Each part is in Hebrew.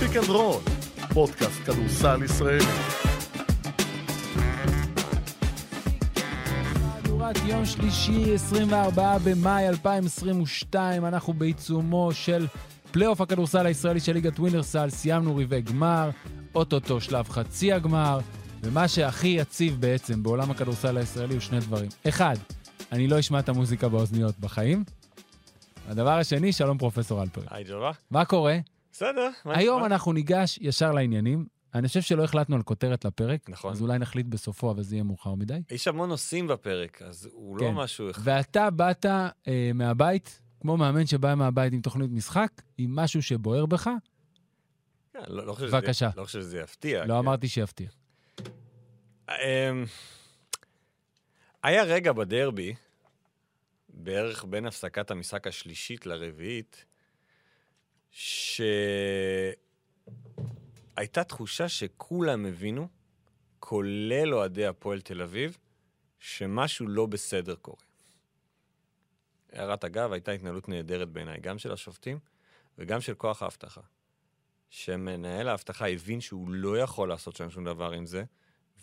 פיק אנד רול, פודקאסט כדורסל ישראלי. מהדורת יום שלישי, 24 במאי 2022, אנחנו בעיצומו של פלייאוף הכדורסל הישראלי של ליגת ווינרסל, סיימנו רבעי גמר, אוטוטו שלב חצי הגמר, ומה שהכי יציב בעצם בעולם הכדורסל הישראלי הוא שני דברים. אחד, אני לא אשמע את המוזיקה באוזניות בחיים. הדבר השני, שלום פרופסור אלפרין. היי ג'ורה. מה קורה? בסדר. מה היום נשמע? אנחנו ניגש ישר לעניינים. אני חושב שלא החלטנו על כותרת לפרק, נכון. אז אולי נחליט בסופו, אבל זה יהיה מאוחר מדי. יש המון נושאים בפרק, אז הוא כן. לא משהו... אחד. ואתה באת אה, מהבית, כמו מאמן שבא מהבית עם תוכנית משחק, עם משהו שבוער בך, כן, לא לא חושב שזה- בבקשה. לא חושב שזה יפתיע. לא כן. אמרתי שיפתיע. אמ, היה רגע בדרבי, בערך בין הפסקת המשחק השלישית לרביעית, שהייתה תחושה שכולם הבינו, כולל אוהדי הפועל תל אביב, שמשהו לא בסדר קורה. הערת אגב, הייתה התנהלות נהדרת בעיניי, גם של השופטים וגם של כוח האבטחה. שמנהל האבטחה הבין שהוא לא יכול לעשות שם שום דבר עם זה,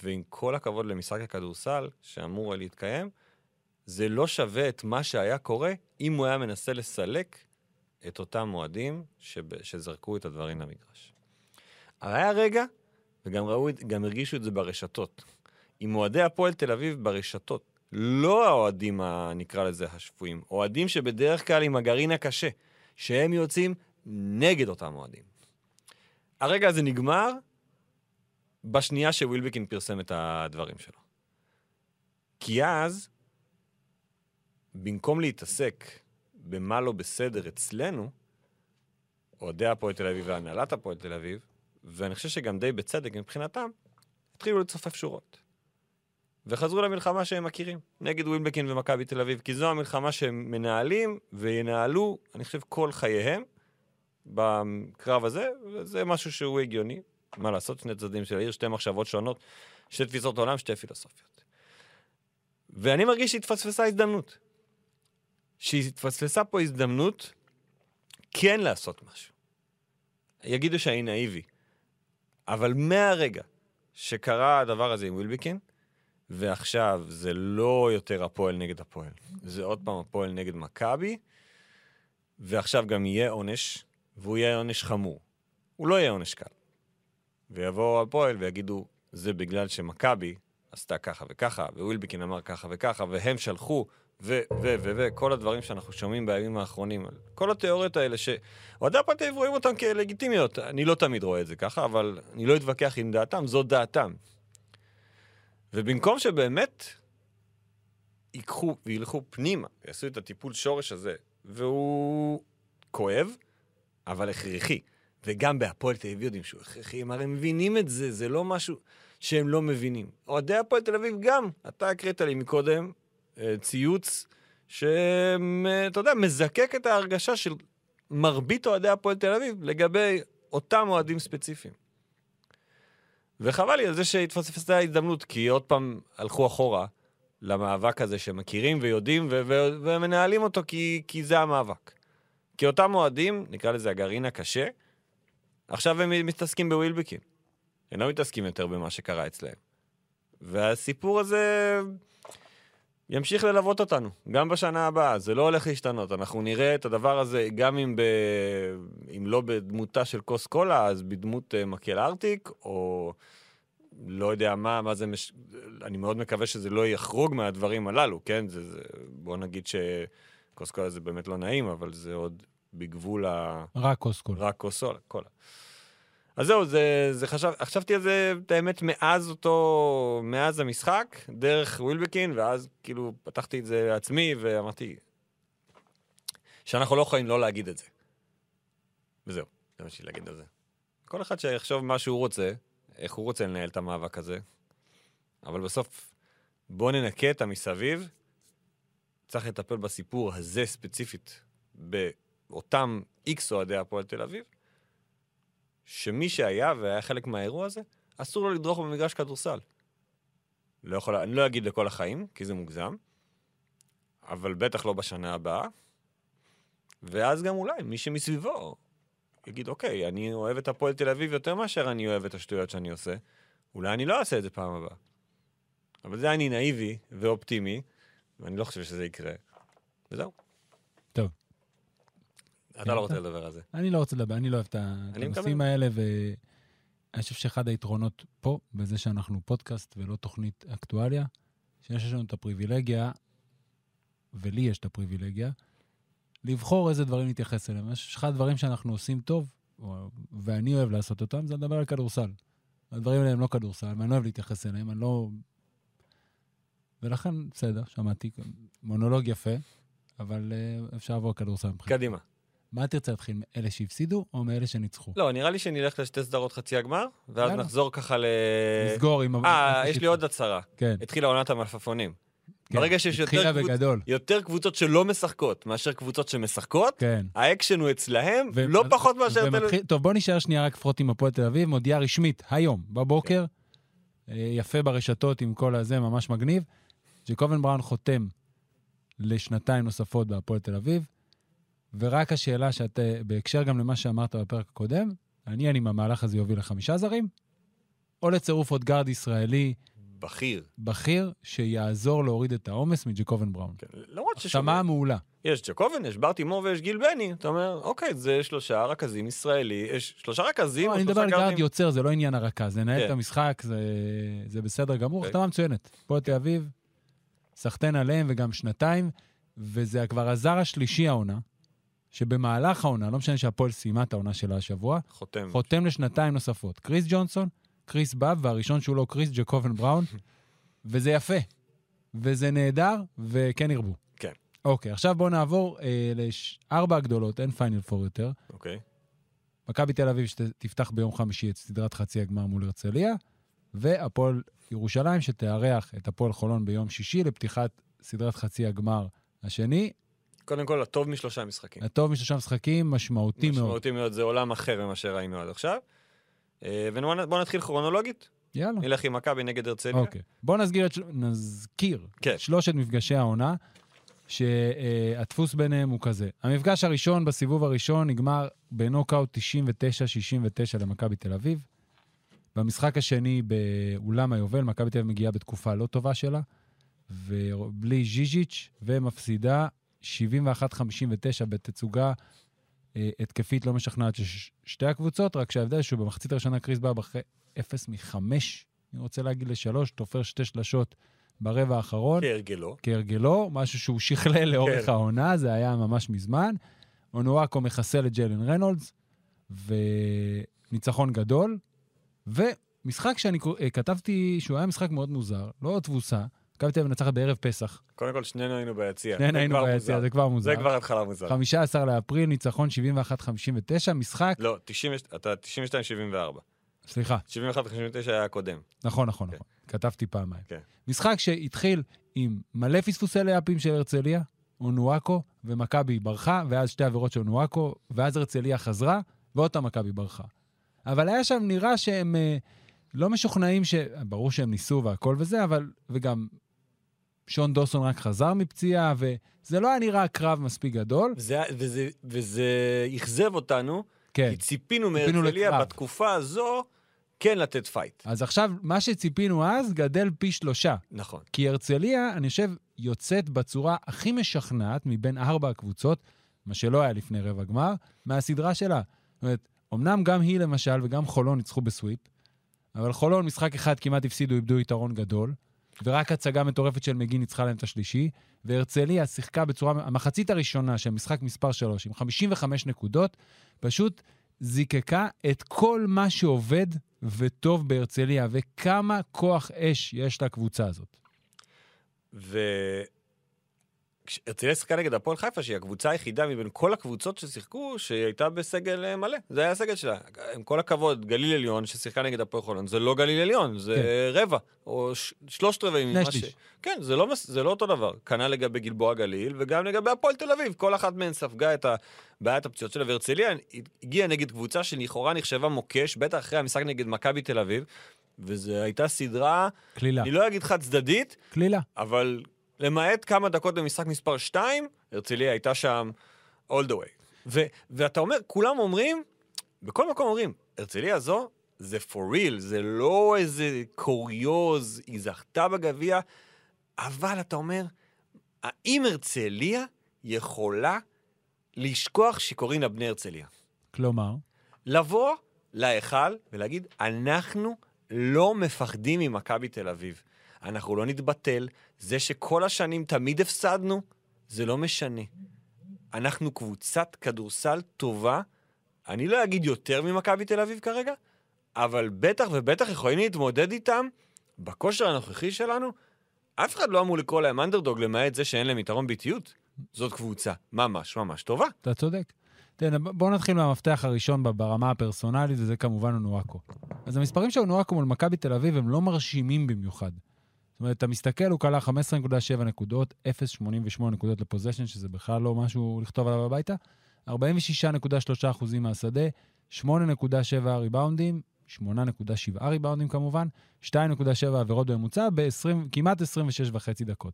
ועם כל הכבוד למשחק הכדורסל שאמור היה להתקיים, זה לא שווה את מה שהיה קורה אם הוא היה מנסה לסלק את אותם אוהדים שב- שזרקו את הדברים למגרש. אבל היה רגע, וגם ראו, את- גם הרגישו את זה ברשתות. עם אוהדי הפועל תל אביב ברשתות, לא האוהדים, ה- נקרא לזה, השפויים, אוהדים שבדרך כלל עם הגרעין הקשה, שהם יוצאים נגד אותם אוהדים. הרגע הזה נגמר, בשנייה שווילבקין פרסם את הדברים שלו. כי אז, במקום להתעסק במה לא בסדר אצלנו, אוהדי הפועל תל אביב והנהלת הפועל תל אביב, ואני חושב שגם די בצדק מבחינתם, התחילו לצופף שורות. וחזרו למלחמה שהם מכירים, נגד ווילבקין ומכבי תל אביב, כי זו המלחמה שהם מנהלים וינהלו, אני חושב, כל חייהם בקרב הזה, וזה משהו שהוא הגיוני, מה לעשות, שני צדדים של העיר, שתי מחשבות שונות, שתי תפיסות עולם, שתי פילוסופיות. ואני מרגיש שהתפספסה הזדמנות. שהתפספסה פה הזדמנות כן לעשות משהו. יגידו שאני נאיבי, אבל מהרגע שקרה הדבר הזה עם ווילביקין, ועכשיו זה לא יותר הפועל נגד הפועל, זה עוד פעם הפועל נגד מכבי, ועכשיו גם יהיה עונש, והוא יהיה עונש חמור. הוא לא יהיה עונש קל. ויבואו הפועל ויגידו, זה בגלל שמכבי עשתה ככה וככה, ווילבקין אמר ככה וככה, והם שלחו, ו, ו, ו, ו, כל הדברים שאנחנו שומעים בימים האחרונים, על כל התיאוריות האלה שאוהדי הפועל תל אביב רואים אותן כלגיטימיות. אני לא תמיד רואה את זה ככה, אבל אני לא אתווכח עם דעתם, זו דעתם. ובמקום שבאמת ייקחו וילכו פנימה, יעשו את הטיפול שורש הזה, והוא כואב, אבל הכרחי. וגם בהפועל תל אביב יודעים שהוא הכרחי, הם הרי מבינים את זה, זה לא משהו שהם לא מבינים. אוהדי הפועל תל אביב גם, אתה הקראת לי מקודם אה, ציוץ שאתה יודע, מזקק את ההרגשה של מרבית אוהדי הפועל תל אביב לגבי אותם אוהדים ספציפיים. וחבל לי על זה שהתפספסה ההזדמנות, כי עוד פעם הלכו אחורה למאבק הזה שמכירים ויודעים ו- ו- ומנהלים אותו כי, כי זה המאבק. כי אותם אוהדים, נקרא לזה הגרעין הקשה, עכשיו הם מתעסקים בווילבקין. הם לא מתעסקים יותר במה שקרה אצלהם. והסיפור הזה ימשיך ללוות אותנו, גם בשנה הבאה, זה לא הולך להשתנות. אנחנו נראה את הדבר הזה גם אם, ב... אם לא בדמותה של כוס קולה, אז בדמות אה, מקל ארטיק, או לא יודע מה, מה זה... מש... אני מאוד מקווה שזה לא יחרוג מהדברים הללו, כן? זה, זה... בוא נגיד שכוס קולה זה באמת לא נעים, אבל זה עוד בגבול ה... רק קוסקול. רק כוס סולה, קולה. אז זהו, זה, זה חשב, חשבתי על זה, את האמת, מאז אותו, מאז המשחק, דרך ווילבקין, ואז כאילו פתחתי את זה לעצמי, ואמרתי שאנחנו לא יכולים לא להגיד את זה. וזהו, זה מה שיש לי להגיד על זה. כל אחד שיחשוב מה שהוא רוצה, איך הוא רוצה לנהל את המאבק הזה, אבל בסוף, בואו ננקה את המסביב, צריך לטפל בסיפור הזה ספציפית, ב... אותם איקס אוהדי הפועל תל אביב, שמי שהיה והיה חלק מהאירוע הזה, אסור לו לדרוך במגרש כדורסל. לא יכול, אני לא אגיד לכל החיים, כי זה מוגזם, אבל בטח לא בשנה הבאה, ואז גם אולי מי שמסביבו יגיד, אוקיי, אני אוהב את הפועל תל אביב יותר מאשר אני אוהב את השטויות שאני עושה, אולי אני לא אעשה את זה פעם הבאה. אבל זה אני נאיבי ואופטימי, ואני לא חושב שזה יקרה. וזהו. טוב. אתה לא רוצה לדבר על זה. אני לא רוצה לדבר, אני לא אוהב את ה- את אני הנושאים האלה, ואני חושב שאחד היתרונות פה, בזה שאנחנו פודקאסט ולא תוכנית אקטואליה, שיש לנו את הפריבילגיה, ולי יש את הפריבילגיה, לבחור איזה דברים להתייחס אליהם. יש אחד הדברים שאנחנו עושים טוב, או- ואני אוהב לעשות אותם, זה לדבר על כדורסל. הדברים האלה הם לא כדורסל, ואני לא אוהב להתייחס אליהם, אני לא... ולכן, בסדר, שמעתי, מונולוג יפה, אבל אה, אפשר לעבור לכדורסל מבחינתי. קדימה. מה תרצה להתחיל, מאלה שהפסידו או מאלה שניצחו? לא, נראה לי שנלך לשתי סדרות חצי הגמר, ואז יאללה. נחזור ככה ל... נסגור עם... ה- אה, איפה יש לי שהתחיל. עוד הצהרה. כן. התחילה עונת המלפפונים. כן. ברגע שיש יותר התחילה קבוצ- בגדול, יותר קבוצות שלא משחקות מאשר קבוצות שמשחקות, כן. האקשן הוא אצלהם, ו- לא פחות מאשר... תל- ומתחיל- טוב, בוא נשאר שנייה רק פחות עם הפועל תל אביב, מודיעה רשמית, היום, בבוקר, אה, יפה ברשתות עם כל הזה, ממש מגניב, שקובן בראון חותם לשנתיים נוספות בהפועל תל אביב, ורק השאלה שאת, אה, בהקשר גם למה שאמרת בפרק הקודם, מעניין אם המהלך הזה יוביל לחמישה זרים, או לצירוף עוד גארד ישראלי בכיר. בכיר שיעזור להוריד את העומס מג'קובן בראון. כן, למרות שמעה מעולה. יש ג'קובן, יש ברטימור ויש גיל בני. אתה אומר, אוקיי, זה שלושה רכזים ישראלי, יש שלושה רכזים, או לא, אני מדבר שלושה על גארד גארדים. יוצר, זה לא עניין הרכז, לנהל כן. את המשחק, זה- זה בסדר גמור. אוקיי. החתמה מצוינת. פה תל אביב, סחטיין עליהם וגם שנתיים, וזה כבר הזר השלישי העונה, שבמהלך העונה, לא משנה שהפועל סיימה את העונה שלה השבוע, חותם. חותם לשנתיים נוספות. קריס ג'ונסון, קריס באב, והראשון שהוא לא קריס, ג'קובן בראון, וזה יפה, וזה נהדר, וכן ירבו. כן. אוקיי, עכשיו בואו נעבור אה, לארבע הגדולות, אין פיינל פור יותר. אוקיי. מכבי תל אביב שתפתח ביום חמישי את סדרת חצי הגמר מול הרצליה, והפועל ירושלים שתארח את הפועל חולון ביום שישי לפתיחת סדרת חצי הגמר השני. קודם כל, הטוב משלושה משחקים. הטוב משלושה משחקים משמעותי מאוד. משמעותי מאוד זה עולם אחר ממה שראינו עד עכשיו. אה, ובואו נתחיל כרונולוגית, יאללה. נלך עם מכבי נגד הרצליה. אוקיי. בואו נזכיר, את של... נזכיר כן. את שלושת מפגשי העונה, שהדפוס ביניהם הוא כזה. המפגש הראשון בסיבוב הראשון נגמר בנוקאוט 99-69 למכבי תל אביב. במשחק השני באולם היובל, מכבי תל אביב מגיעה בתקופה לא טובה שלה, ובלי ז'יז'יץ', ומפסידה 71-59 בתצוגה אה, התקפית לא משכנעת של ש- שתי הקבוצות, רק שההבדל שהוא במחצית הראשונה קריס באב אחרי 0 מ-5, אני רוצה להגיד לשלוש, תופר שתי שלשות ברבע האחרון. כהרגלו. כהרגלו, משהו שהוא שכלל לאורך כן. העונה, זה היה ממש מזמן. אונואקו מחסל את ג'לן רנולדס, וניצחון גדול. ומשחק שאני קו- אה, כתבתי שהוא היה משחק מאוד מוזר, לא תבוסה. מכבי תל אביב מנצחת בערב פסח. קודם כל, שנינו היינו ביציע. שנינו כן, זה היינו כבר ביציע, מוזר. זה כבר מוזר. זה כבר התחלה מוזרה. 15 לאפריל, ניצחון 71-59, משחק, לא, 90 אתה 92-74. סליחה, 71-59 היה הקודם. נכון, נכון, כן. נכון. כתבתי פעמיים. כן. משחק שהתחיל עם מלא פספוסי לאפים של הרצליה, אונואקו, ומכבי ברחה, ואז שתי עבירות של אונואקו, ואז הרצליה חזרה, ועוד פעם מכבי ברחה. אבל היה שם נראה שהם אה, לא משוכנעים ש... ברור שהם ניסו והכל וזה, אבל... וגם שון דוסון רק חזר מפציעה, וזה לא היה נראה קרב מספיק גדול. וזה- וזה- וזה אכזב אותנו, כן. כי ציפינו ציפינו מהרצליה לקרב. בתקופה הזו כן לתת פייט. אז עכשיו, מה שציפינו אז גדל פי שלושה. נכון. כי הרצליה, אני חושב, יוצאת בצורה הכי משכנעת מבין ארבע הקבוצות, מה שלא היה לפני רבע גמר, מהסדרה שלה. זאת אומרת, אמנם גם היא למשל וגם חולון ניצחו בסוויפ, אבל חולון משחק אחד כמעט הפסידו, איבדו יתרון גדול, ורק הצגה מטורפת של מגין ניצחה להם את השלישי, והרצליה שיחקה בצורה, המחצית הראשונה של משחק מספר 3, עם 55 נקודות, פשוט זיקקה את כל מה שעובד וטוב בהרצליה, וכמה כוח אש יש לקבוצה הזאת. והרצליה שיחקה נגד הפועל חיפה, שהיא הקבוצה היחידה מבין כל הקבוצות ששיחקו, שהיא הייתה בסגל אה, מלא. זה היה הסגל שלה. עם כל הכבוד, גליל עליון ששיחקה נגד הפועל חולון, זה לא גליל עליון, זה כן. רבע, או ש- שלושת רבעים. שני ממה ש- שליש. כן, זה לא, מס- זה לא אותו דבר. כנ"ל לגבי גלבוע גליל, וגם לגבי הפועל תל אביב. כל אחת מהן ספגה את הבעיית הפציעות שלה, והרצליה הגיעה נגד קבוצה שלכאורה נחשבה מוקש, בטח אחרי המשחק נגד מכבי תל אביב, וזו הייתה סדרה, קלילה, אני לא אגיד חד צדדית, קלילה. אבל למעט כמה דקות במשחק מספר 2, הרצליה הייתה שם all the way. ו- ואתה אומר, כולם אומרים, בכל מקום אומרים, הרצליה זו, זה for real, זה לא איזה קוריוז, היא זכתה בגביע, אבל אתה אומר, האם הרצליה יכולה לשכוח שקוראים לה בני הרצליה? כלומר, לבוא להיכל ולהגיד, אנחנו לא מפחדים ממכבי תל אביב. אנחנו לא נתבטל. זה שכל השנים תמיד הפסדנו, זה לא משנה. אנחנו קבוצת כדורסל טובה, אני לא אגיד יותר ממכבי תל אביב כרגע, אבל בטח ובטח יכולים להתמודד איתם בכושר הנוכחי שלנו. אף אחד לא אמור לקרוא להם אנדרדוג, למעט זה שאין להם יתרון ביטיות. זאת קבוצה ממש ממש טובה. אתה צודק. תראה, בואו נתחיל מהמפתח הראשון ב- ברמה הפרסונלית, וזה כמובן אונואקו. אז המספרים של אונואקו מול מכבי תל אביב הם לא מרשימים במיוחד. זאת אומרת, אתה מסתכל, הוא כלה 15.7 נקודות, 0.88 נקודות לפוזיישן, שזה בכלל לא משהו לכתוב עליו הביתה, 46.3 אחוזים מהשדה, 8.7 ריבאונדים, 8.7 ריבאונדים כמובן, 2.7 עבירות בממוצע, בכמעט 26 וחצי דקות.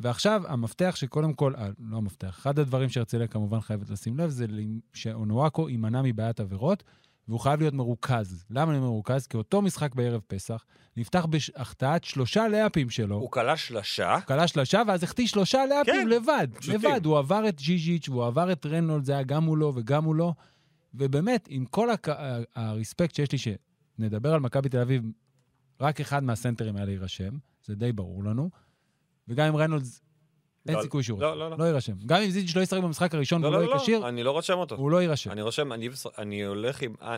ועכשיו, המפתח שקודם כל, אה, לא המפתח, אחד הדברים שהרצליה כמובן חייבת לשים לב, זה למ- שאונואקו יימנע מבעיית עבירות, והוא חייב להיות מרוכז. למה אני אומר מרוכז? כי אותו משחק בערב פסח נפתח בהחטאת שלושה לאפים שלו. הוא הוא כלה שלשה, כלה שלושה, ואז החטיא שלושה לאפים כן, לבד. פשוטים. לבד. הוא עבר את ז'יז'יץ', והוא עבר את רנולד, זה היה גם מולו וגם מולו. ובאמת, עם כל הכ... ה- הרספקט שיש לי, שנדבר על מכבי תל אביב, רק אחד מהסנטרים האלה יירשם, זה די ברור לנו. וגם עם רנולדס, אין לא, סיכוי שהוא לא, יירשם. לא, לא. לא יירשם. גם אם זיז'יץ' לא ישחק במשחק הראשון לא, והוא לא לא, לא, יהיה כשיר, לא, אני לא רושם אותו. הוא לא יירשם. אני רושם, אני, בס- אני הולך עם... אה,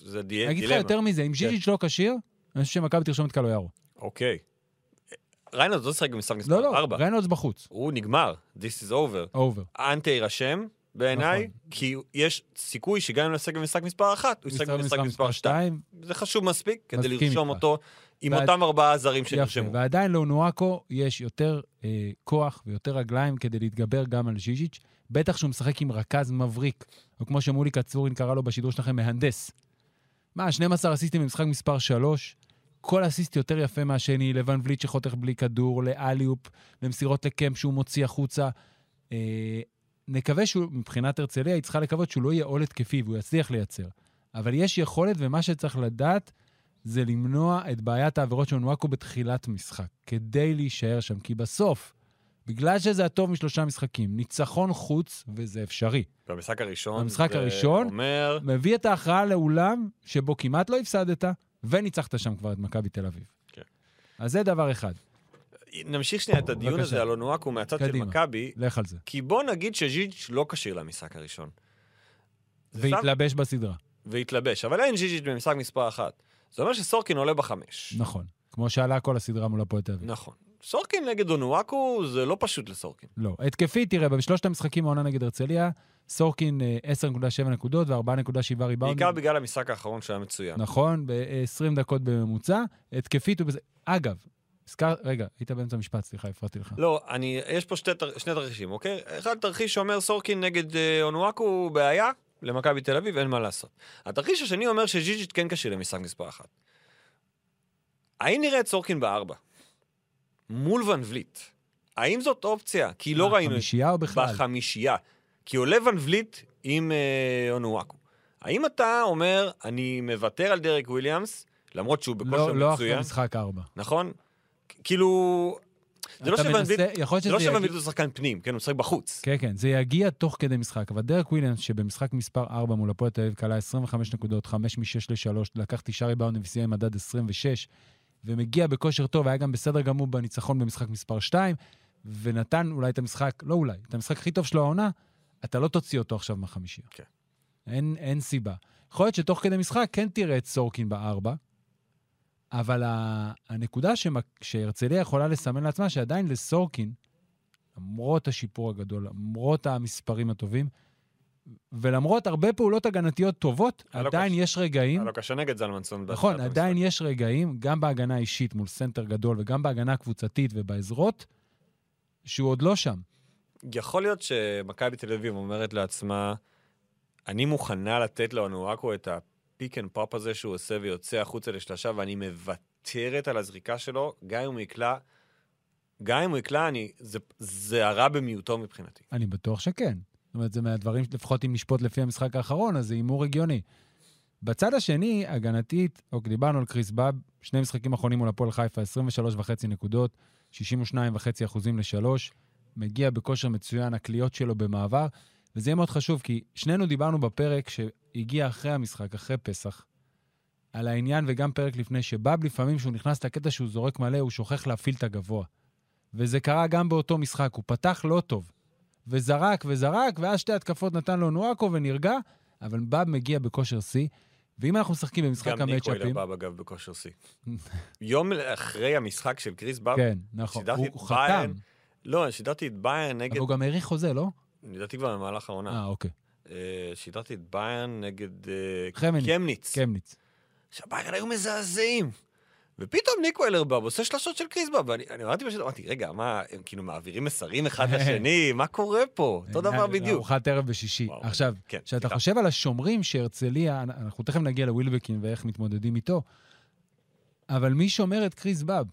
זה דילמה. אני אגיד לך יותר מזה, כן. אם ז'יז'יץ' לא כשיר, אני חושב שמכבי לא תרשום את קלויארו. אוקיי. ריינולד לא שיחק במשחק לא, מספר 4. לא, רנולדס בחוץ. הוא נגמר, this is over. אובר. אנטה יירשם, בעיניי, נכון. כי יש סיכוי שגם אם הוא ישחק במשחק מספר 1, הוא ישחק במשחק מספר 2. שתיים. זה חשוב מספיק כדי מסכים לרשום איתך. אותו עם ואת- אותם ארבעה זרים יפה, שנרשמו. ועדיין לאונואקו יש יותר אה, כוח ויותר רגליים כדי להתגבר גם על ז'יז'יץ', בטח שהוא משחק עם רכז מבריק, או כמו שמולי קצורין קרא לו בשידור שלכם, מהנדס. מה, 12 אסיסטים במשחק מספר 3? כל אסיסט יותר יפה מהשני, לבן וליט שחותך בלי כדור, לאליופ, למסירות לקמפ שהוא מוציא החוצה. אה, נקווה שהוא, מבחינת הרצליה, היא צריכה לקוות שהוא לא יהיה עול התקפי והוא יצליח לייצר. אבל יש יכולת, ומה שצריך לדעת זה למנוע את בעיית העבירות של אונואקו בתחילת משחק, כדי להישאר שם. כי בסוף, בגלל שזה הטוב משלושה משחקים, ניצחון חוץ, וזה אפשרי, במשחק הראשון, במשחק זה הראשון, אומר, מביא את ההכרעה לאולם שבו כמעט לא הפסדת, וניצחת שם כבר את מכבי תל אביב. כן. אז זה דבר אחד, נמשיך שנייה את הדיון בבקשה. הזה על אונואקו מהצד של קדימה. מכבי, לך על זה. כי בוא נגיד שז'יץ' לא כשיר למשחק הראשון. זה סתם- והתלבש בסדרה, והתלבש, אבל אין ז'יז'יץ' במשחק מספר אחת. זה אומר שסורקין עולה בחמש. נכון. כמו שעלה כל הסדרה מול הפועל תל אביב. נכון. סורקין נגד אונואקו זה לא פשוט לסורקין. לא. התקפית, תראה, בשלושת המשחקים העונה נגד הרצליה, סורקין אה, 10.7 נקודות ו-4.7 ריבאונדים. בעיקר בגלל המשחק האחרון שהיה מצוין. נכון, ב-20 דקות בממוצע. התקפית הוא בזה... אגב, הזכר... רגע, היית באמצע משפט, סליחה, הפרעתי לך. לא, אני, יש פה שתי, תר- שני תרחישים, אוקיי? אחד תרחיש שאומר סורקין נגד אה, אונואקו הוא בעיה, למכבי תל אביב אין מה לעשות. התרחיש השני אומר שז'יז'יט כן כשיר למשחק מספר אחת. האם נראה את סורקין בארבע? מול ון וליט. האם זאת אופציה? כי אה, לא ראינו את חמישייה או בכלל? בחמישייה. כי עולה ון וליט עם אה, אונואקו. האם אתה אומר, אני מוותר על דרק וויליאמס, למרות שהוא בכושר לא, לא מצוין, אחרי משחק ארבע. נכון? כ- כאילו... זה לא אתה שוון מנסה- וליט, יכול להיות זה לא שזה שוון יגיע... וליט הוא שחקן פנים, כן, הוא משחק בחוץ. כן, כן, זה יגיע תוך כדי משחק. אבל דרק וויליאמס, שבמשחק מספר 4 מול הפועל תל אביב, כלה 25 נקודות, 5 מ-6 ל-3, לקח 9 ריבאונדים וסיים עם מדד 26, ומגיע בכושר טוב, היה גם בסדר גמור בניצחון במשחק מספר 2, ונתן אולי את המשחק, לא אולי, את המשחק הכי טוב שלו העונה, אתה לא תוציא אותו עכשיו מהחמישייה. כן. אין, אין סיבה. יכול להיות שתוך כדי משחק כן תראה את סורקין בארבע, אבל ה- הנקודה שמק- שהרצליה יכולה לסמן לעצמה, שעדיין לסורקין, למרות השיפור הגדול, למרות המספרים הטובים, ולמרות הרבה פעולות הגנתיות טובות, היה לו עדיין קשה. יש רגעים, היה לו קשה נגד זלמנסון. כן? נכון, בהתחלת עדיין המשחק. יש רגעים, גם בהגנה האישית מול סנטר גדול וגם בהגנה הקבוצתית ובעזרות, שהוא עוד לא שם. יכול להיות שמכבי תל אביב אומרת לעצמה, אני מוכנה לתת לאונואקו את הפיק אנד פופ הזה שהוא עושה ויוצא החוצה לשלושה, ואני מוותרת על הזריקה שלו, גם אם הוא יקלע, גם אם הוא יקלע, אני, זה, זה הרע במיעוטו מבחינתי. אני בטוח שכן. זאת אומרת, זה מהדברים, לפחות אם נשפוט לפי המשחק האחרון, אז זה הימור הגיוני. בצד השני, הגנתית, אוקיי, דיברנו על קריס באב, שני משחקים אחרונים מול הפועל חיפה, 23.5 נקודות, 62.5 אחוזים לשלוש, מגיע בכושר מצוין, הקליעות שלו במעבר, וזה יהיה מאוד חשוב, כי שנינו דיברנו בפרק שהגיע אחרי המשחק, אחרי פסח, על העניין, וגם פרק לפני, שבאב לפעמים, כשהוא נכנס לקטע שהוא זורק מלא, הוא שוכח להפעיל את הגבוה. וזה קרה גם באותו משחק, הוא פתח לא טוב, וזרק וזרק, ואז שתי התקפות נתן לו נואקו ונרגע, אבל באב מגיע בכושר שיא, ואם אנחנו משחקים במשחק גם ניקו אילר המצ'אפים... בא, אגב, בכושר שיא. יום אחרי המשחק של קריס באב, כן, נכון. שידרתי הוא את הוא ביירן חתם, לא, שידרתי את ביין אבל נגד, הוא גם האריך חוזה, לא? לדעתי כבר במהלך העונה, אה, אוקיי. אה, שידרתי את ביין נגד אה, חמניץ. כן, קמניץ. קמניץ. שהביירן היו מזעזעים. ופתאום ניקו אלרבב עושה שלשות של קריסבב, ואני אני ראיתי בשביל, אמרתי, רגע, מה, הם כאילו מעבירים מסרים אחד לשני, מה קורה פה? אותו דבר בדיוק. ארוחת ערב בשישי. וואו, אה, עכשיו, כן, כשאתה סליחה. חושב על השומרים שהרצליה, אנ- אנחנו תכף נגיע לווילבקין ואיך מתמודדים איתו, אבל מי שומר את קריס באב?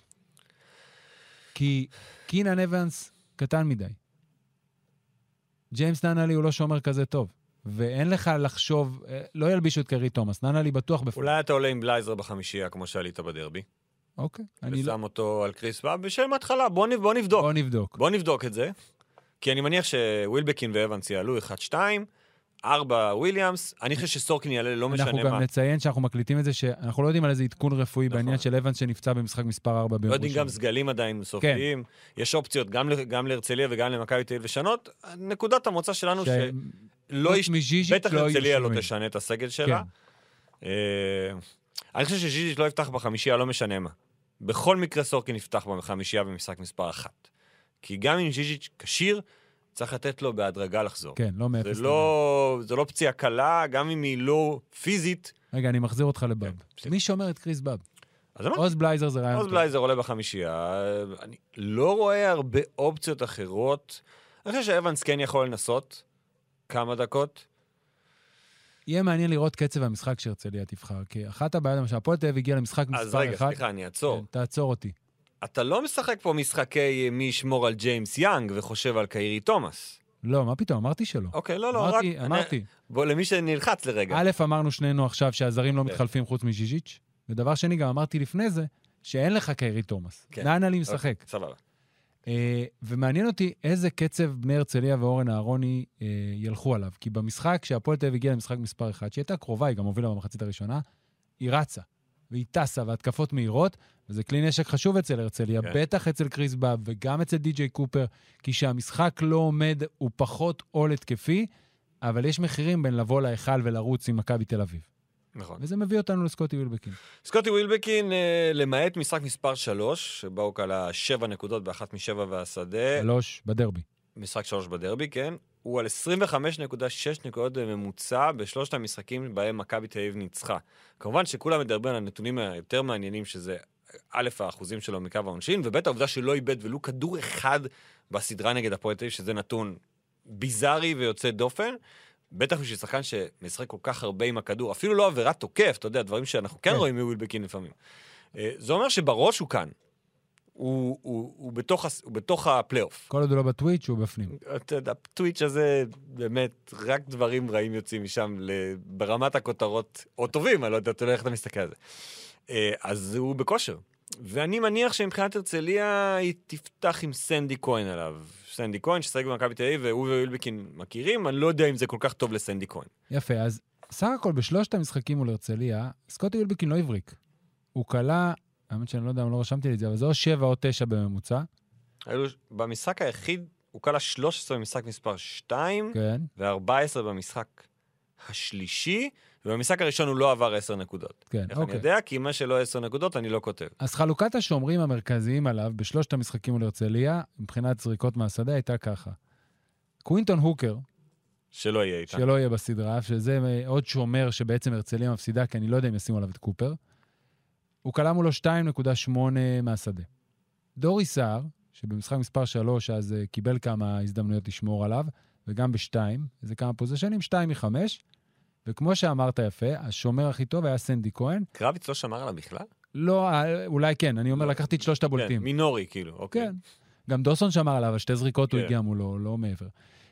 כי קינן אבנס קטן מדי. ג'יימס ננלי הוא לא שומר כזה טוב, ואין לך לחשוב, אה, לא ילבישו את קרי תומאס, ננלי בטוח בפנים. אולי אתה עולה עם בלייזר בחמישייה, כמו שעלית בדרבי, אוקיי, אני לא... ושם אותו על קריסבב, בשם התחלה, בוא נב- בוא נבדוק. בוא נבדוק. בוא נבדוק את זה, כי אני מניח שווילבקין ואבנס יעלו 1-2, 4 וויליאמס, אני חושב שסורקין יעלה לא אנחנו משנה גם מה. נציין שאנחנו מקליטים את זה, שאנחנו לא יודעים על איזה עדכון רפואי נכון. בעניין של אבנס שנפצע במשחק מספר 4 ביום לא יודעים גם סגלים עדיין סופיים, כן. יש אופציות גם ל- גם להרצליה וגם למכבי תל אביב לשנות. נקודת המוצא שלנו ש... לא יש... מז'יז'יץ' בטח לא יהיו הרצליה לא שינויים. תשנה את הסגל שלה. כן, אה, אני חושב שז'יז'יץ' לא יפתח בחמישייה, לא משנה מה. בכל מקרה סורקין יפתח בחמישייה במשחק מספר אחת. כי גם אם ז'יז'יץ' כשיר, צריך לתת לו בהדרגה לחזור. כן, לא מאפס. זה לא, זה לא פציעה קלה, גם אם היא לא פיזית. לאחד. רגע, אני מחזיר אותך לבאב. כן, בסדר. מי שומר את קריס באב? אז לא אמרתי, עוז בלייזר זה רעיון עוז טוב. בלייזר עולה בחמישייה, אני לא רואה הרבה אופציות אחרות. אני חושב שאבנס כן יכול לנסות כמה דקות. יהיה מעניין לראות קצב המשחק שהרצליה תבחר, כי אחת הבעיות, למשל, הפועל תל אביב הגיעה למשחק מספר אחד. אז רגע, סליחה, אני אעצור. כן, תעצור אותי. אתה לא משחק פה משחקי אה, מי ישמור על ג'יימס יאנג וחושב על קיירי תומאס. לא, מה פתאום, אמרתי שלא. אוקיי, לא, לא, רק... אמרתי, אמרתי. בוא, למי שנלחץ לרגע. א', אמרנו שנינו עכשיו שהזרים לא כן. מתחלפים חוץ מז'יז'יץ', ודבר שני, גם אמרתי לפני זה, שאין לך קיירי תומאס. כן. נאנלי אוקיי, משחק. סבבה. אה, ומעניין אותי איזה קצב בני הרצליה ואורן אהרוני אה, ילכו עליו. כי במשחק, כשהפועל תל אביב הגיעה למשחק מספר 1, שהיא הייתה קרובה, היא גם הובילה במחצית הראשונה, היא רצה, והיא טסה, והתקפות מהירות, וזה כלי נשק חשוב אצל הרצליה, כן. בטח אצל קריס באב וגם אצל די.ג'יי קופר, כי כשהמשחק לא עומד, הוא פחות עול התקפי, אבל יש מחירים בין לבוא להיכל ולרוץ עם מכבי תל אביב. נכון. אה. וזה מביא אותנו לסקוטי וילבקין. סקוטי ווילבקין, אה, למעט משחק מספר 3, שבו הוא כלה 7 נקודות באחת משבע והשדה, שלוש בדרבי. משחק 3 בדרבי, כן, הוא על 25.6 נקודות בממוצע בשלושת המשחקים בהם מכבי תל אביב ניצחה. כמובן שכולם מדברים על הנתונים היותר מעניינים, שזה א', האחוזים שלו מקו העונשין, וב', העובדה שלא איבד ולו כדור אחד בסדרה נגד הפועל תל אביב, שזה נתון ביזארי ויוצא דופן. בטח בשביל שחקן שמשחק כל כך הרבה עם הכדור, אפילו לא עבירת תוקף, אתה יודע, דברים שאנחנו כן כן. רואים מווילבקין לפעמים. אה, זה אומר שבראש הוא כאן. הוא, הוא, הוא, בתוך, הס- הוא בתוך הפלייאוף. כל עוד הוא לא בטוויץ', הוא בפנים. אתה יודע, הטוויץ' הזה, באמת, רק דברים רעים יוצאים משם ל- ברמת הכותרות, או טובים, אני לא יודע, אתה יודע איך אתה מסתכל על זה. אה, אז הוא בכושר. ואני מניח שמבחינת הרצליה, היא תפתח עם סנדי כהן עליו. סנדי כהן, ששיחק במכבי תל אביב, והוא ואילבקין מכירים, אני לא יודע אם זה כל כך טוב לסנדי כהן. יפה, אז סך הכל בשלושת המשחקים מול הרצליה, סקוטי וילבקין לא הבריק. הוא כלה, האמת שאני לא יודע אם לא רשמתי לי את זה, אבל זה או שבע או תשע בממוצע. היו- במשחק היחיד, הוא קלע 13 במשחק מספר 2, כן. ו-14 במשחק השלישי, ובמשחק הראשון הוא לא עבר 10 נקודות. כן, איך אני אוקיי. יודע? כי מה שלא 10 נקודות, אני לא כותב. אז חלוקת השומרים המרכזיים עליו בשלושת המשחקים מול הרצליה, מבחינת זריקות מהשדה, הייתה ככה. קווינטון הוקר, שלא יהיה איתה. שלא יהיה בסדרה, שזה אה, עוד שומר שבעצם הרצליה מפסידה, כי אני לא יודע אם ישימו עליו את קופר. הוא כלה מולו 2.8 מהשדה. דורי סער, שבמשחק מספר 3 אז אה, קיבל כמה הזדמנויות לשמור עליו, וגם בשתיים, איזה כמה פוזיישנים, 2 מ-5. וכמו שאמרת יפה, השומר הכי טוב היה סנדי כהן. קרביץ לא שמר עליו בכלל? לא, אה, אולי כן, אני אומר, לא. לקחתי את שלושת הבולטים. כן, מינורי, כאילו, אוקיי. כן. גם דוסון שמר עליו, על שתי זריקות הוא כן. הגיע מולו, לא מעבר.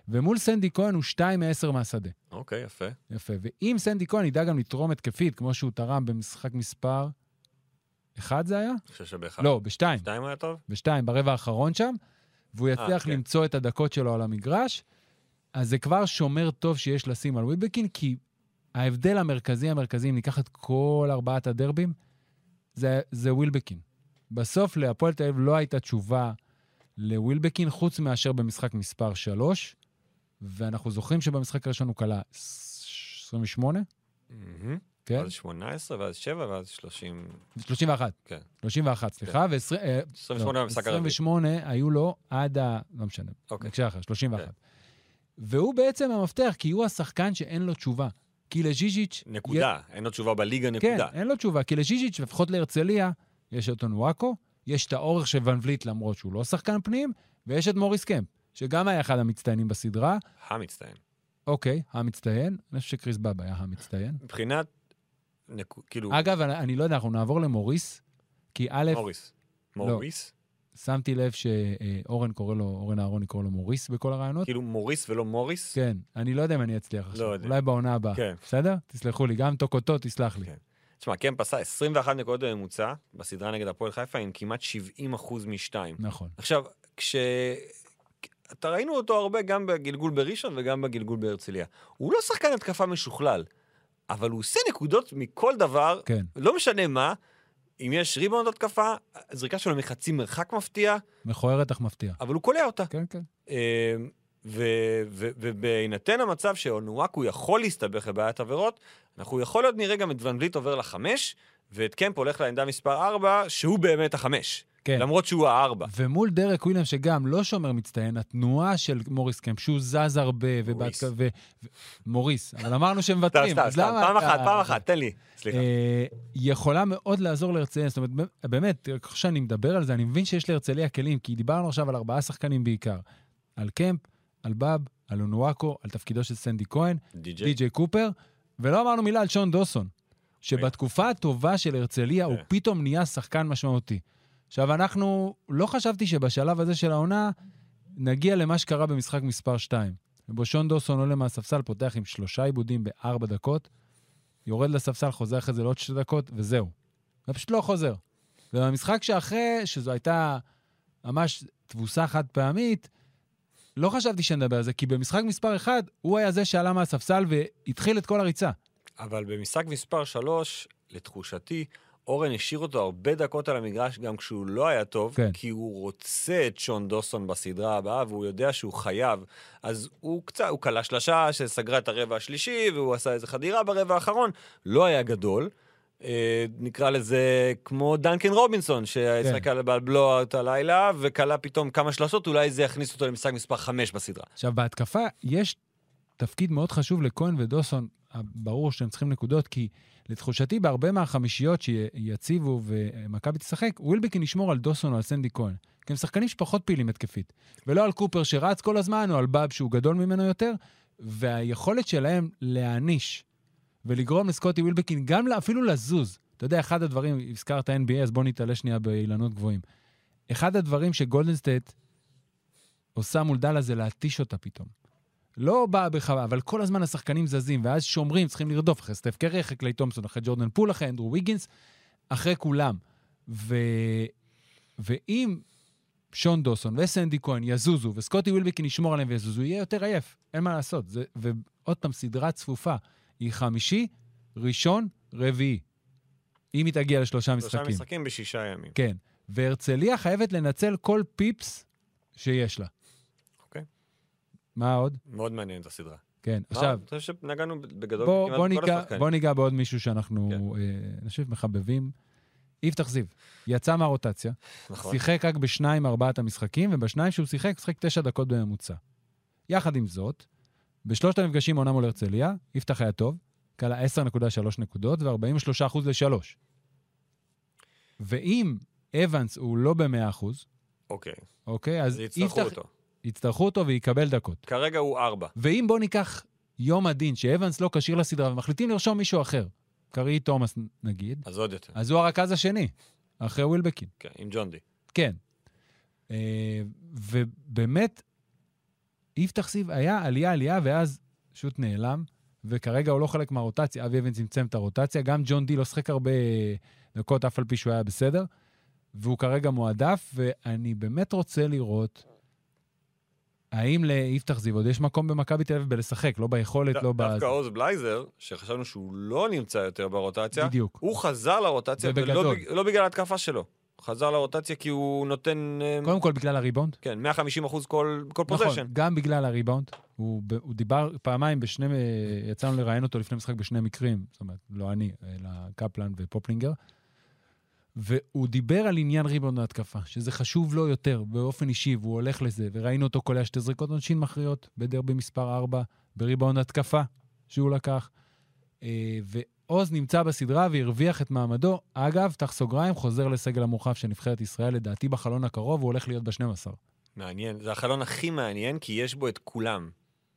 ומול סנדי כהן הוא 2 מ-10 מהשדה. אוקיי, יפה. יפה. ואם סנדי כהן ידע גם לתרום התקפית, כמו שהוא תרם במשחק מספר... אחד זה היה? אני חושב שבאחד. לא, בשתיים. שתיים היה טוב? בשתיים, ברבע האחרון שם, והוא יצליח כן. למצוא את הדקות שלו על המגרש, אז זה כבר שומר טוב שיש לשים על וויבקין, כי ההבדל המרכזי המרכזי, אם ניקח את כל ארבעת הדרבים, זה, זה ווילבקין. בסוף להפועל תל אביב לא הייתה תשובה לווילבקין, חוץ מאשר במשחק מספר 3, ואנחנו זוכרים שבמשחק הראשון הוא כלה 28, מהמם. כן? לא, אז 18, ואז 7, ואז 30... 31. כן. 31, סליחה, ו-20... 28 לא, במשחק הרביעי. 28 היו לו עד ה... לא משנה. אוקיי. בבקשה אחר, 31. כן. והוא בעצם המפתח, כי הוא השחקן שאין לו תשובה. כי לז'יז'יץ'... נקודה. אין לו תשובה בליגה, י... כן, נקודה. אין לו תשובה. כי לז'יז'יץ', לפחות להרצליה, יש את אונוואקו, יש את האורך של ון וליט, למרות שהוא לא שחקן פנים, ויש את מוריס קמפ, שגם היה אחד המצטיינים בסדרה. המצטיין. אוקיי, המצטיין. אני חושב שקריס בב היה המצטיין. מבחינת... נק- כאילו, אגב, אני, אני לא יודע, אנחנו נעבור למוריס, כי א', מוריס. מוריס? לא. שמתי לב שאורן קורא לו, אורן אהרוני קורא לו מוריס בכל הרעיונות. כאילו מוריס ולא מוריס? כן, אני לא יודע אם אני אצליח עכשיו, יודע. אולי בעונה הבאה. כן. בסדר? תסלחו לי, גם טוקוטו תסלח לי. כן. תשמע, קמפ עשה 21 נקודות בממוצע בסדרה נגד הפועל חיפה עם כמעט 70 אחוז משתיים. נכון. עכשיו, כש... אתה ראינו אותו הרבה גם בגלגול בראשון וגם בגלגול בהרצליה. הוא לא שחקן התקפה משוכלל, אבל הוא עושה נקודות מכל דבר, כן. לא משנה מה. אם יש ריבאונד התקפה, הזריקה שלו מחצי מרחק מפתיע, מכוערת אך מפתיע. אבל הוא קולע אותה. כן, כן. אה, ו- ו- ובהינתן המצב שאונואקו יכול להסתבך בבעיית עבירות, אנחנו יכול להיות נראה גם את ון וליט עובר לחמש, ואת קמפ הולך לעמדה מספר ארבע, שהוא באמת החמש. כן. למרות שהוא הארבע. ומול דרק וויליאם, שגם לא שומר מצטיין, התנועה של מוריס קמפ, שהוא זז הרבה, מוריס. ובהתק... ו... ו... מוריס, אבל אמרנו סתם, שמוותרים, סתם, אז סתם, למה... פעם אתה- אחת, פעם אחת, תן לי. סליחה. אה, יכולה מאוד לעזור להרצליה, זאת אומרת, באמת, איך שאני מדבר על זה, אני מבין שיש להרצליה כלים, כי דיברנו עכשיו על ארבעה שחקנים בעיקר. על קמפ, על בב, על אונואקו, על תפקידו של סנדי כהן, די.ג'יי. די.ג'יי קופר, ולא אמרנו מילה על שון דוסון, שבתקופה הטובה של הרצליה הוא כן. פתאום נהיה שחקן משמעותי. עכשיו, אנחנו, לא חשבתי שבשלב הזה של העונה נגיע למה שקרה במשחק מספר 2, ובו שון דוסון עולה מהספסל, פותח עם שלושה עיבודים בארבע דקות, יורד לספסל, חוזר אחרי זה לעוד שתי דקות, וזהו. זה פשוט לא חוזר. ובמשחק שאחרי, שזו הייתה ממש תבוסה חד פעמית, לא חשבתי שנדבר על זה, כי במשחק מספר 1, הוא היה זה שעלה מהספסל והתחיל את כל הריצה. אבל במשחק מספר שלוש, לתחושתי, אורן השאיר אותו הרבה דקות על המגרש, גם כשהוא לא היה טוב, כן. כי הוא רוצה את שון דוסון בסדרה הבאה, והוא יודע שהוא חייב. אז הוא קצת, הוא כלה שלשה שסגרה את הרבע השלישי, והוא עשה איזה חדירה ברבע האחרון. לא היה גדול. אה, נקרא לזה כמו דנקן robinsון שהשחק על בלבלואוט הלילה, וכלה פתאום כמה שלשות, אולי זה יכניס אותו למשחק מספר 5 בסדרה. עכשיו, בהתקפה יש תפקיד מאוד חשוב לכהן ודוסון, ברור שהם צריכים נקודות, כי לתחושתי, בהרבה מהחמישיות שיציבו ומכבי תשחק, ווילבקין ישמור על דוסון או על סנדי כהן. כי הם שחקנים שפחות פעילים התקפית. ולא על קופר שרץ כל הזמן, או על באב שהוא גדול ממנו יותר, והיכולת שלהם להעניש ולגרום לסקוטי ווילבקין גם לה- אפילו לזוז. אתה יודע, אחד הדברים, הזכרת NBA, אז בוא נתעלה שנייה באילנות גבוהים. אחד הדברים שגולדנסטייט עושה מול דאלה זה להתיש אותה פתאום. לא באה בכוונה, אבל כל הזמן השחקנים זזים, ואז שומרים, צריכים לרדוף אחרי סטף קרי, אחרי קליי תומפסון, אחרי ג'ורדן פול, אחרי אנדרו ויגינס, אחרי כולם. ו... ואם שון דוסון וסנדי כהן יזוזו, וסקוטי ווילבקין ישמור עליהם ויזוזו, יהיה יותר עייף, אין מה לעשות. זה... ועוד פעם, סדרה צפופה. היא חמישי, ראשון, רביעי. אם היא תגיע לשלושה שלושה משחקים. משחקים בשישה ימים. כן. והרצליה חייבת לנצל כל פיפס שיש לה. אוקיי. מה עוד? מאוד מעניין את הסדרה. כן, עכשיו, עכשיו, אני חושב שנגענו בגדול בוא, כמעט בוא, בכל ניגע, השחקנים. בוא ניגע בעוד מישהו שאנחנו, כן. אה, אני חושב, מחבבים. יפתח זיו, יצא מהרוטציה, נכון. שיחק רק בשניים מארבעת המשחקים, ובשניים שהוא שיחק, שיחק תשע דקות בממוצע. יחד עם זאת, בשלושת המפגשים עונה מול הרצליה, יפתח היה טוב, כלה 10.3 נקודות ו-43% ל-3. ואם אבנס הוא לא ב-100%, אוקיי, אוקיי? אז אז יצטרכו יפתח- אותו. יצטרכו אותו ויקבל דקות. כרגע הוא ארבע. ואם בוא ניקח יום הדין, שאבנס לא כשיר לסדרה, ומחליטים לרשום מישהו אחר, קראי תומאס נ- נגיד, אז עוד יותר. אז הוא הרכז השני, אחרי ווילבקין. כן, עם ג'ון די. כן. אה, ובאמת, יפתח סיב היה עלייה עלייה, ואז פשוט נעלם, וכרגע הוא לא חלק מהרוטציה, אבי אבן צמצם את הרוטציה, גם ג'ון די לא שחק הרבה דקות, אף על פי שהוא היה בסדר, והוא כרגע מועדף, ואני באמת רוצה לראות האם ליפתח זיו עוד יש מקום במכבי תל אביב בלשחק, לא ביכולת, ד- לא דווקא ב... עוז בלייזר, שחשבנו שהוא לא נמצא יותר ברוטציה, בדיוק. הוא חזר לרוטציה, ובגדול. ולא בג- לא בגלל ההתקפה שלו. הוא חזר לרוטציה כי הוא נותן, אה, קודם כל בגלל הריבאונד. כן, 150 אחוז כל כל פוזיישן. נכון, גם בגלל הריבאונד. הוא, ב- הוא דיבר פעמיים בשני, אה, יצא לנו לראיין אותו לפני משחק בשני מקרים, זאת אומרת, לא אני, אלא קפלן ופופלינגר. והוא דיבר על עניין ריבאונד ההתקפה, שזה חשוב לו יותר באופן אישי, והוא הולך לזה, וראינו אותו קולע שתי זריקות עונשין מכריעות בדרבי מספר 4, בריבאונד התקפה שהוא לקח. אה, ועוז נמצא בסדרה והרוויח את מעמדו. אגב, תח סוגריים, חוזר לסגל המורחב של נבחרת ישראל, לדעתי בחלון הקרוב, הוא הולך להיות ב-12. מעניין, זה החלון הכי מעניין, כי יש בו את כולם.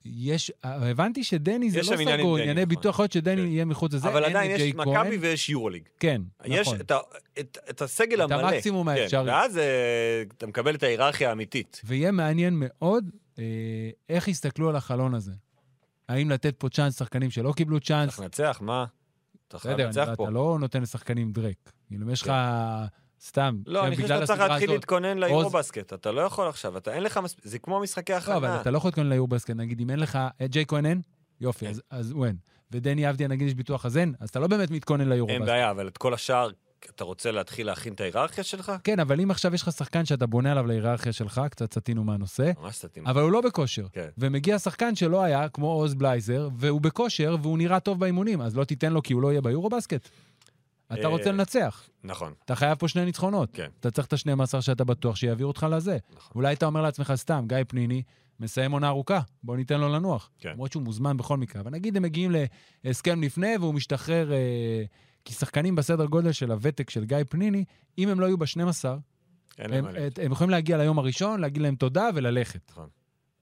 יש, אה, הבנתי שדני זה יש לא שם עניין עם סגור, דני, ענייני נכון. ביטוח, יכול להיות שדני כן. יהיה מחוץ לזה, אבל אין עדיין את יש ג'יי כהן. מכבי ויש יורוליג. כן, יש נכון. את ה- את- את הסגל את המלא. המקסימום כן, האפשרי. ואז אה, אתה מקבל את ההיררכיה האמיתית. ויהיה מעניין מאוד אה, איך יסתכלו על החלון הזה. האם לתת פה צ'אנס שחקנים שלא קיבלו צ'אנס? צריך לנצח, מה? צריך בסדר, לנצח אתה פה. כן. אתה לא נותן לשחקנים דרק. כאילו, יש לך סתם, לא, אני חושב כן, בגלל שאתה צריך הסדרה להתחיל הזאת- להתכונן ליורובסקט. אתה לא יכול עכשיו, אתה אין לך מספיק, זה כמו משחקי לא, אבל הכנה. אתה לא יכול להתכונן ליורבסקט, נגיד, אם אין לך... את ג'יי כהן אין? יופי, אין. אז- אז הוא אין. ודני אבדיה, נגיד, יש ביטוח, אז אין? אז אתה לא באמת מתכונן אין ליורבסקט. בעיה, אבל את כל השאר, אתה רוצה להתחיל להכין את ההיררכיה שלך? כן, אבל אם עכשיו יש לך שחקן שאתה בונה עליו להיררכיה שלך, קצת סטינו מהנושא, ממש סתים. אבל הוא לא בכושר. כן. ומגיע שחקן שלא היה, כמו עוז בלייזר, והוא בכושר, והוא נראה טוב באימונים, אז לא תיתן לו כי הוא לא יהיה ביורובסקט. אתה אה, רוצה לנצח, נכון, אתה חייב פה שני ניצחונות. כן. אתה צריך את השני מאסר שאתה בטוח שיעבירו אותך לזה. נכון. אולי אתה אומר לעצמך סתם, גיא פניני, מסיים עונה ארוכה, בוא ניתן לו לנוח. כן. למרות שהוא מוזמן בכל מקרה. אבל נגיד הם מגיעים להסכם לפני והוא משתחרר, אה, כי שחקנים בסדר גודל של הוותק של גיא פניני, אם הם לא יהיו ב-12, אין להם הם, מה להגיד. את- הם יכולים להגיע ליום הראשון, להגיד להם תודה וללכת. נכון.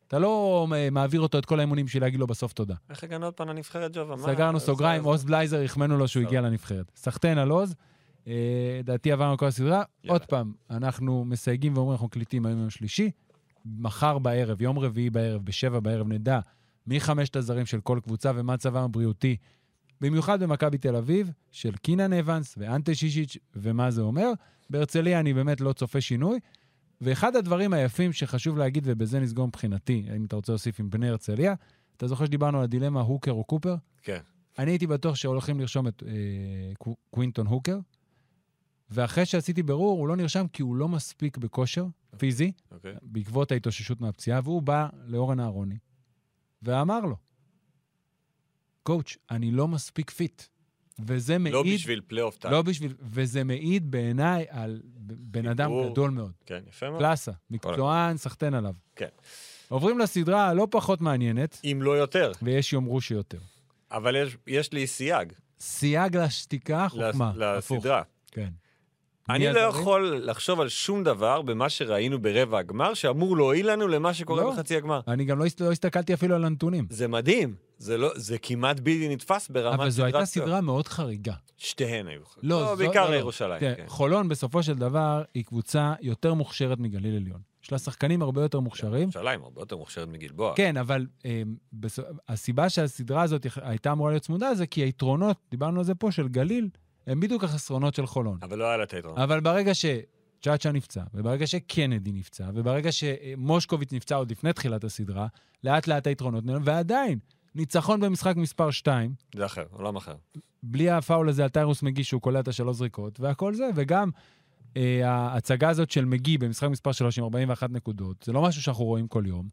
אתה לא אה, מעביר אותו את כל האימונים בשביל להגיד לו בסוף תודה. איך הגענו עוד פעם לנבחרת ג'ובה? מה? סגרנו זה- סוגריים, זה- עוז בלייזר, החמאנו לו שהוא בסדר. הגיע לנבחרת. סחטיין על עוז, אה, דעתי עברנו כל הסדרה. יאללה. עוד פעם, אנחנו מסייגים ואומרים, אנחנו מקליטים היום יום שלישי, מחר בערב, יום רביעי בערב, בשבע בערב, נדע מי חמשת הזרים של כל קבוצה ומה מצבם הבריאותי, במיוחד במכבי תל אביב, של קינן אבנס ואנטה שישיץ' ומה זה אומר. בהרצליה אני באמת לא צופה שינוי. ואחד הדברים היפים שחשוב להגיד, ובזה נסגור מבחינתי, אם אתה רוצה להוסיף עם בני הרצליה, אתה זוכר שדיברנו על הדילמה הוקר או קופר? כן. אני הייתי בטוח שהולכים לרשום את אה, קו- קווינטון הוקר, ואחרי שעשיתי בירור, הוא לא נרשם כי הוא לא מספיק בכושר פיזי, אוקיי. בעקבות ההתאוששות מהפציעה, והוא בא לאורן אהרוני ואמר לו, קואוץ', אני לא מספיק פיט. וזה מעיד... לא בשביל פלייאוף טיים. לא בשביל... וזה מעיד בעיניי על ב- בן אדם חיבור. גדול מאוד. כן, יפה מאוד. קלאסה, מקצוען, סחטיין עליו. כן. עוברים לסדרה הלא פחות מעניינת, אם לא יותר. ויש יאמרו שיותר. אבל יש- יש לי סייג סייג לשתיקה, חוכמה. לס- הפוך. לסדרה. כן. מי אני לא הזרים? יכול לחשוב על שום דבר במה שראינו ברבע הגמר, שאמור להועיל לנו למה לא. שקורה בחצי הגמר. אני גם לא הסת- לא הסתכלתי אפילו על הנתונים. זה מדהים. זה לא, זה כמעט בלתי נתפס ברמת סדרת... אבל זו הייתה סדרה. סדרה מאוד חריגה. שתיהן היו. לא, לא, זו- לא, בעיקר לא. לירושלים. תראה, כן. חולון בסופו של דבר היא קבוצה יותר מוכשרת מגליל עליון. יש לה שחקנים הרבה יותר מוכשרים. ירושלים הרבה יותר מוכשרת מגלבוע. כן, אבל אה, בס... הסיבה שהסדרה הזאת יכ- הייתה אמורה להיות צמודה זה כי היתרונות, דיברנו על זה פה, של גליל, הם בדיוק החסרונות של חולון. אבל לא היה לה את היתרון. אבל ברגע שצ'אצ'ה נפצע, וברגע שקנדי נפצע, וברגע שמושקוביץ נפצע עוד לפני תחילת הסדרה, לאט לאט היתרונות נעלמו, ועדיין, ניצחון במשחק מספר 2, זה אחר, עולם אחר. בלי הפאול הזה על טיירוס מגי שהוא קולע את השלוש זריקות, והכל זה, וגם אה, ההצגה הזאת של מגי במשחק מספר 3 עם 41 נקודות, זה לא משהו שאנחנו רואים כל יום.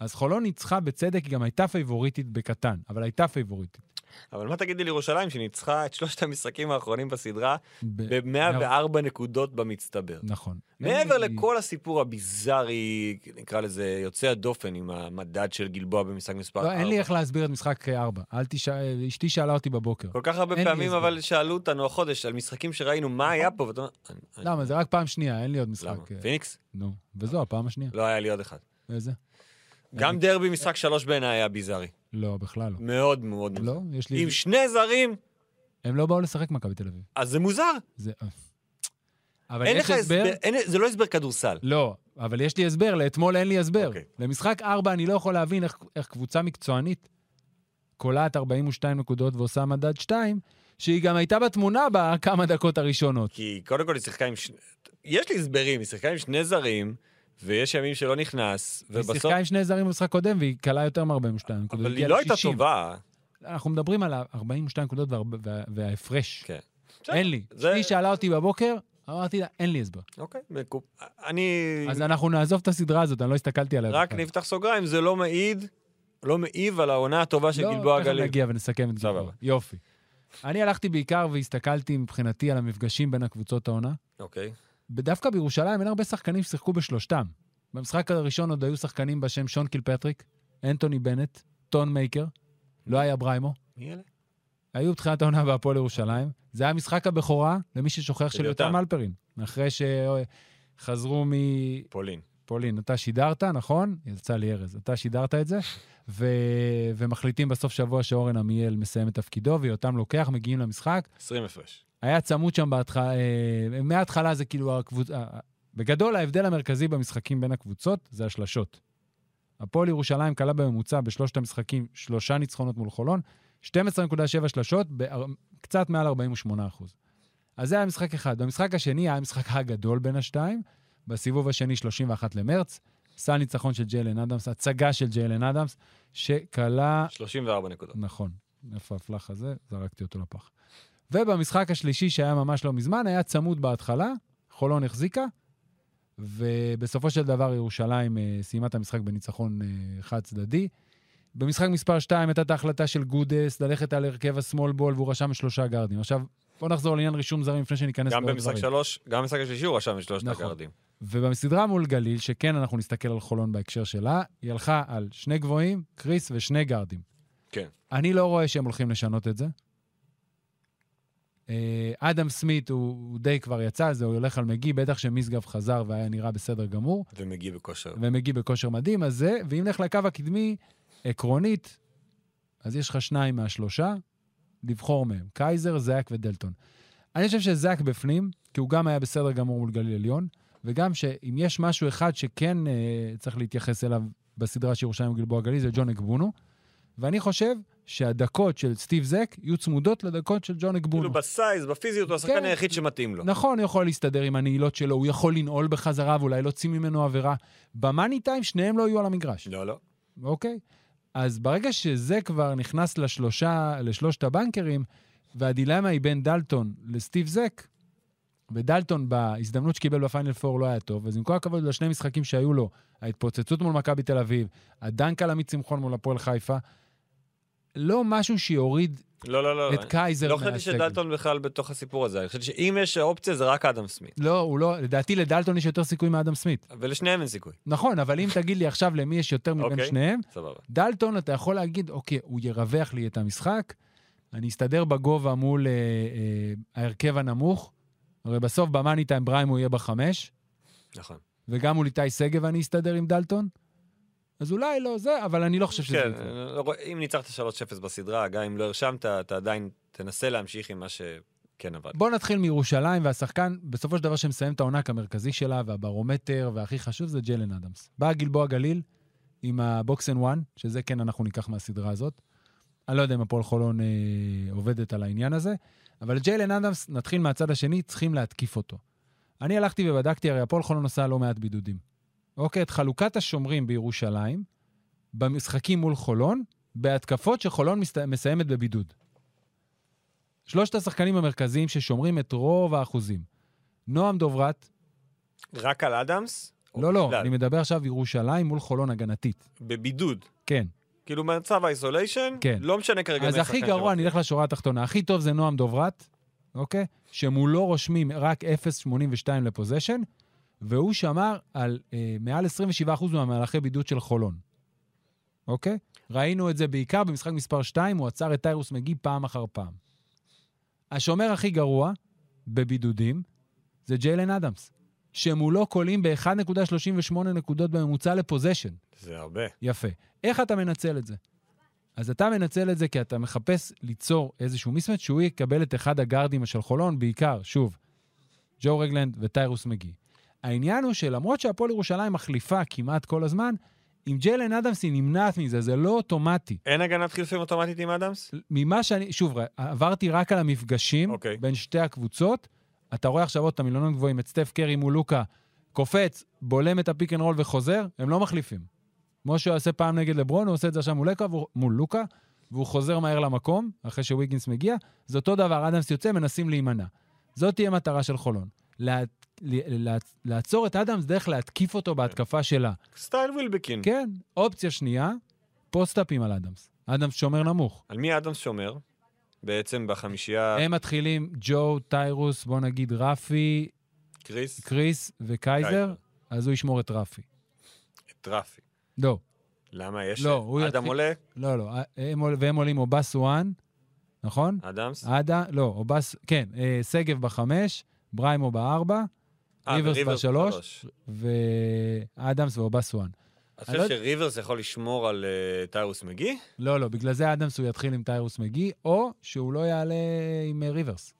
אז חולון ניצחה בצדק, היא גם הייתה פייבוריטית בקטן, אבל הייתה פייבוריטית. אבל מה תגידי לירושלים שניצחה את שלושת המשחקים האחרונים בסדרה ב- ב-104 נקודות במצטבר? נכון. מעבר היא- לכל הסיפור הביזארי, נקרא לזה יוצא הדופן עם המדד של גלבוע במשחק מספר 4. לא, אין לי איך להסביר את משחק 4. אל תשאל, אשתי שאלה אותי בבוקר. כל כך הרבה אין לי פעמים הסבר. אבל שאלו אותנו החודש על משחקים שראינו, מה היה פה, ואתה אומר, אני- אני- למה, זה רק פעם שנייה, אין לי עוד משחק. למה? אה, פיניקס? נו, וזו הפעם השנייה. לא היה לי עוד אחד. איזה? גם דרבי משחק שלוש בעיניי היה ביזארי. לא, בכלל לא. מאוד מאוד מוזר. לא, יש לי... עם שני זרים, הם לא באו לשחק מכבי תל אביב. אז זה מוזר. זה... אבל אין יש לך הסבר... הסבר, אין- זה לא הסבר כדורסל. לא, אבל יש לי הסבר, לאתמול אין לי הסבר. אוקיי. למשחק 4 אני לא יכול להבין איך, איך קבוצה מקצוענית קולעת 42 נקודות ועושה מדד 2, שהיא גם הייתה בתמונה בכמה דקות הראשונות. כי קודם כל היא שיחקה עם... ש... יש לי הסברים, היא שיחקה עם שני זרים, ויש ימים שלא נכנס, היא ובסוף... שיחקה עם שני זרים במשחק קודם והיא קלה יותר מ-42 נקודות. אבל היא הגיעה לא הייתה ל-60. טובה. אנחנו מדברים על ה-42 נקודות והרבה- וה- וההפרש. כן. אין לי. זה- היא שאלה אותי בבוקר, אמרתי לה, אין לי הסבר. אוקיי, מקופ... אני... אז אנחנו נעזוב את הסדרה הזאת, אני לא הסתכלתי עליה. רק בכלל. נפתח סוגריים, זה לא מעיד, לא מעיב על העונה הטובה של גלבוע לא, תכף גליל. נגיע ונסכם את זה. סבבה. יופי. אני הלכתי בעיקר והסתכלתי מבחינתי על המפגשים בין הקבוצות העונה. אוקיי. דווקא בירושלים אין הרבה שחקנים ששיחקו בשלושתם. במשחק הראשון עוד היו שחקנים בשם שון קילפטריק, אנטוני בנט, טון מייקר, לא היה בריימו. מי אלה? היו בתחילת העונה בהפועל ירושלים. זה היה משחק הבכורה, למי ששוכח, של של יותם יותם. אלפרין. אחרי שחזרו מ... פולין. פולין, אתה שידרת, נכון? יצא לי ארז, אתה שידרת את זה, ו... ומחליטים בסוף שבוע שאורן עמיאל מסיים את תפקידו, ויותם לוקח, מגיעים למשחק. 20 הפרש. היה צמוד שם בהתחלה, אה, מההתחלה זה כאילו הקבוצה... אה, בגדול, ההבדל המרכזי במשחקים בין הקבוצות זה השלשות. הפועל ירושלים כלה בממוצע בשלושת המשחקים שלושה ניצחונות מול חולון, 12.7 שלשות, בקצת מעל 48 אחוז. אז זה היה משחק אחד. במשחק השני היה המשחק הגדול בין השתיים, בסיבוב השני, 31 למרץ, סל ניצחון של ג'יילן אדמס, הצגה של ג'יילן אדמס, שכלה 34 נקודות. נכון. איפה הפלח הזה? זרקתי אותו לפח. ובמשחק השלישי, שהיה ממש לא מזמן, היה צמוד בהתחלה, חולון החזיקה, ובסופו של דבר ירושלים אה, סיימה את המשחק בניצחון אה, חד-צדדי. במשחק מספר 2 הייתה את ההחלטה של גודס ללכת על הרכב השמאל בול, והוא רשם שלושה גארדים. עכשיו, בוא נחזור לעניין רישום זרים לפני שניכנס גם לעוד במשחק דברים. שלוש, גם במשחק השלישי הוא רשם את שלושת נכון. הגארדים. ובסדרה מול גליל, שכן אנחנו נסתכל על חולון בהקשר שלה, היא הלכה על שני גבוהים, קריס ושני גארדים. כן. אני לא רואה שהם הולכים לשנות את זה. אה, אדם סמית הוא, הוא די כבר יצא, זה הוא הולך על מגי, בטח שמשגב חזר והיה נראה בסדר גמור, ומגיע בכושר. ומגי בכושר מדהים, אז זה, ואם נלך לקו הקדמי, עקרונית, אז יש לך שניים מהשלושה, לבחור מהם, קייזר, זאק ודלטון. אני חושב שזאק בפנים, כי הוא גם היה בסדר גמור מול גליל עליון, וגם שאם יש משהו אחד שכן אה, צריך להתייחס אליו בסדרה של ירושלים וגלבוע גליל, זה ג'ון אגבונו, ואני חושב שהדקות של סטיב זאק יהיו צמודות לדקות של ג'ון אגבונו. כאילו בסייז, בפיזיות, הוא השחקן כן. היחיד שמתאים לו. נכון, הוא יכול להסתדר עם הנעילות שלו, הוא יכול לנעול בחזרה ואולי להוציא ממנו עבירה. במאני טיים שניהם לא יהיו על המגרש. לא, לא. אוקיי? אז ברגע שזה כבר נכנס לשלושה, לשלושת הבנקרים, והדילמה היא בין דלטון לסטיב זק, ודלטון בהזדמנות שקיבל בפיינל 4 לא היה טוב, אז עם כל הכבוד לשני משחקים שהיו לו, ההתפוצצות מול מכבי תל אביב, הדנק על עמית שמחון מול הפועל חיפה, לא משהו שיוריד לא, לא, לא. לא. את קייזר לא מהסגל. חשבתי שדלטון בכלל בתוך הסיפור הזה. אני חושב שאם יש אופציה זה רק אדם סמית. לא, הוא לא, לדעתי לדלטון יש יותר סיכוי מאדם סמית. ולשניהם אין סיכוי. נכון, אבל אם תגיד לי עכשיו למי יש יותר מבין אוקיי. שניהם, סבבה. דלטון, אתה יכול להגיד, אוקיי, הוא ירווח לי את המשחק, אני אסתדר בגובה מול אה, אה, ההרכב הנמוך, הרי בסוף במאני טיים בריים הוא יהיה בחמש, נכון. וגם מול איתי שגב אני אסתדר עם דלטון, אז אולי לא זה, אבל אני לא חושב שזה כן, יקרה. לא רואה- אם ניצחת 3-0 בסדרה, גם אם לא הרשמת, אתה עדיין תנסה להמשיך עם מה שכן עבד. בואו נתחיל מירושלים, והשחקן, בסופו של דבר שמסיים את העונק המרכזי שלה, והברומטר, והכי חשוב זה ג'לן אדמס. בא גלבוע גליל עם הבוקס אנד וואן, שזה כן אנחנו ניקח מהסדרה הזאת. אני לא יודע אם הפועל חולון אה, עובדת על העניין הזה, אבל ג'יילן אדמס, נתחיל מהצד השני, צריכים להתקיף אותו. אני הלכתי ובדקתי, הרי הפועל חולון עושה לא מעט בידודים. אוקיי, את חלוקת השומרים בירושלים, במשחקים מול חולון, בהתקפות שחולון מסת... מסיימת בבידוד. שלושת השחקנים המרכזיים ששומרים את רוב האחוזים. נועם דוברת, רק על אדמס? או לא, לא, בכלל? אני מדבר עכשיו ירושלים מול חולון הגנתית. בבידוד. כן. כאילו מצב האיסוליישן, כן. לא משנה כרגע אז מי הכי השחקן גרוע, שבחוץ. אני אלך לשורה התחתונה. הכי טוב זה נועם דוברת, אוקיי? שמולו רושמים רק 0.82 לפוזיישן, והוא שמר על אה, מעל 27% מהמהלכי בידוד של חולון, אוקיי? ראינו את זה בעיקר במשחק מספר 2, הוא עצר את טיירוס מגי פעם אחר פעם. השומר הכי גרוע בבידודים זה ג'יילן אדמס, שמולו קולים ב-1.38 נקודות בממוצע לפוזיישן. זה הרבה. יפה. איך אתה מנצל את זה? אז אתה מנצל את זה כי אתה מחפש ליצור איזשהו מיסמט שהוא יקבל את אחד הגארדים של חולון, בעיקר, שוב, ג'ו רגלנד וטיירוס מגי. העניין הוא שלמרות שהפועל ירושלים מחליפה כמעט כל הזמן, עם ג'לן אדמס היא נמנעת מזה, זה לא אוטומטי. אין הגנת חילופים אוטומטית עם אדמס? ממה שאני, שוב, ר- עברתי רק על המפגשים אוקיי. בין שתי הקבוצות. אתה רואה עכשיו עוד את המילונים גבוהים, את סטף קרי מול לוקה, קופץ, בולם את הפיק אנד רול וחוזר, הם לא מחליפים. כמו שהוא עושה פעם נגד לברון, הוא עושה את זה עכשיו מול, לוקה, והוא- מול לוקה, והוא חוזר מהר למקום, אחרי שוויגינס מגיע. זה אותו דבר, אדמס יוצא, מנסים להימנע. זאת תהיה מטרה של חולון. לה, לה, לעצור את אדמס דרך להתקיף אותו בהתקפה שלה. סטייל ווילבקין. כן, אופציה שנייה, פוסט-אפים על אדמס. אדמס שומר נמוך. על מי אדמס שומר? בעצם בחמישייה הם מתחילים ג'ו, טיירוס, בוא נגיד רפי, קריס, קריס וקייזר, קייזר. אז הוא ישמור את רפי. את רפי. לא, למה יש? לא, הוא אדם יתחיל- עולה? לא, לא. הם, עול- והם עולים אובס וואן, נכון? אדמס? עדה, לא, אובס, כן, אה, שגב בחמש, בריימו בארבע, אה, ריברס וריברס בשלוש. בשלוש. ואדמס ואובס וואן. אתה אני לא חושב שריברס יכול לשמור על אה, טיירוס מגי? לא, לא, בגלל זה אדמס הוא יתחיל עם טיירוס מגי, או שהוא לא יעלה עם אה, ריברס,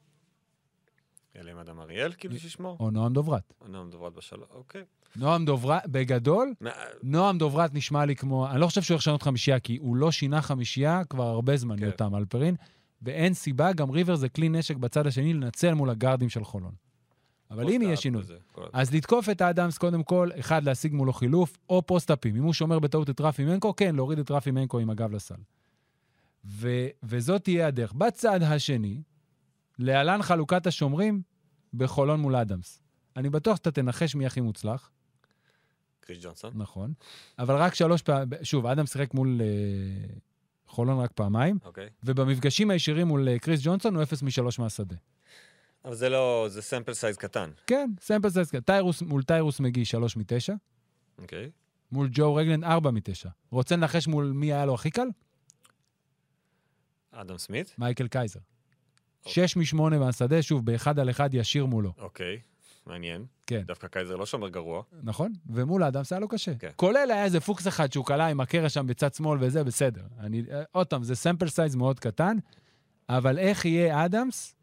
אלא אם אדם אריאל כאילו שישמור? או נועם דוברת. עונה מדוברת בשלוש, אוקיי. נועם דוברת, בגדול, מה- נועם דוברת נשמע לי כמו, אני לא חושב שהוא הולך לשנות חמישייה, כי הוא לא שינה חמישייה כבר הרבה זמן, כן. יותם אלפרין, ואין סיבה, גם ריבר זה כלי נשק בצד השני לנצל מול הגארדים של חולון. אבל אם יהיה פוסט-אפ שינוי, אה. וזה, כל ה- אז לתקוף את האדמס קודם כל, אחד, להשיג מולו חילוף, או פוסט-אפים. אם הוא שומר בטעות את רפי מנקו, כן, להוריד את רפי מנקו עם הגב לסל. ו- וזאת תהיה הדרך. בצד השני, להלן חלוקת השומרים בחולון מול אדמס. אני בטוח שאתה תנחש מי הכי מוצלח. קריס ג'ונסון? נכון. אבל רק שלוש פעמים, שוב, אדם שיחק מול אה, חולון רק פעמיים, אוקיי. ובמפגשים הישירים מול אה, קריס ג'ונסון הוא אפס משלוש מהשדה. אבל זה לא, זה סמפל סייז קטן. כן, סמפל סייס, טיירוס, מול טיירוס מגי שלוש מתשע, אוקיי. מול ג'ו רגלן ארבע מתשע. רוצה לנחש מול מי היה לו הכי קל? אדם סמית? מייקל קייזר. שש משמונה מהשדה, שוב, באחד על אחד ישיר מולו. אוקיי. מעניין. כן. דווקא קייזר לא שומר גרוע. נכון? ומול האדם זה היה לו קשה. כן. כולל היה איזה פוקס אחד שהוא כלא עם הקרע שם בצד שמאל וזה, בסדר. אני, אה, עוד פעם, זה סמפל סייז מאוד קטן, אבל איך יהיה אדמס,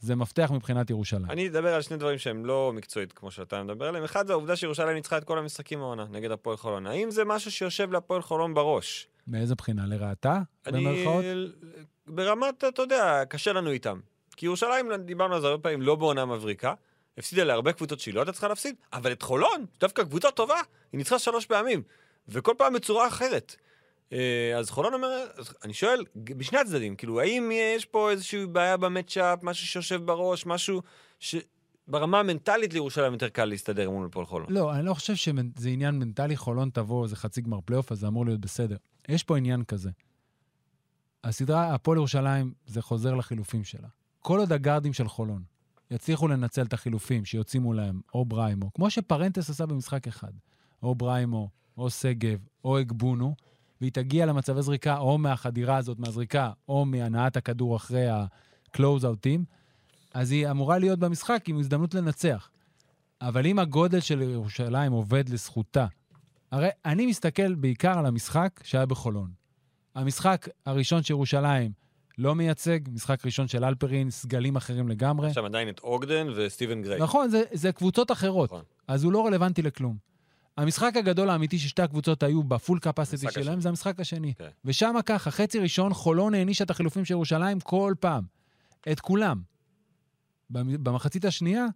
זה מפתח מבחינת ירושלים. אני אדבר על שני דברים שהם לא מקצועית כמו שאתה מדבר עליהם. אחד זה העובדה שירושלים ניצחה את כל המשחקים העונה נגד הפועל חולון. האם זה משהו שיושב להפועל חולון בראש? מאיזה בחינה? לרעתה? אני... במרכאות? ברמת, אתה יודע, קשה לנו איתם. כי ירושלים, דיברנו על זה הרבה פעמים, לא בעונה מבריקה. הפסידה להרבה קבוצות שהיא לא הייתה צריכה להפסיד, אבל את חולון, דווקא קבוצה טובה, היא ניצחה שלוש פעמים, וכל פעם בצורה אחרת. אה, אז חולון אומר, אז אני שואל, ג- בשני הצדדים, כאילו, האם יש פה איזושהי בעיה במצ'אפ, משהו שיושב בראש, משהו ש... ברמה המנטלית לירושלים יותר קל להסתדר מול הפועל חולון. לא, אני לא חושב שזה עניין מנטלי, חולון תבוא, זה חצי גמר פלייאוף, אז זה אמור להיות בסדר. יש פה עניין כזה. הסדרה, הפועל ירושלים, זה חוזר לחילופים שלה. כל עוד הגארדים של חולון יצליחו לנצל את החילופים שיוצאים להם, או בריימו, כמו שפרנטס עשה במשחק אחד, או בריימו, או שגב, או אגבונו, והיא תגיע למצבי זריקה, או מהחדירה הזאת מהזריקה, או מהנעת הכדור אחרי ה-close-outים, אז היא אמורה להיות במשחק עם הזדמנות לנצח. אבל אם הגודל של ירושלים עובד לזכותה, הרי אני מסתכל בעיקר על המשחק שהיה בחולון. המשחק הראשון של ירושלים לא מייצג, משחק ראשון של אלפרין, סגלים אחרים לגמרי. יש שם עדיין את אוגדן וסטיבן גריי. לא. נכון, זה, זה קבוצות אחרות, נכון. אז הוא לא רלוונטי לכלום. המשחק הגדול האמיתי ששתי הקבוצות היו בפול קפסיטי המשחק שלהם השני. זה המשחק השני. כן. ושם ככה, חצי ראשון, חולון הענישה את החילופים של ירושלים כל פעם. את כולם. במ- במחצית השנייה,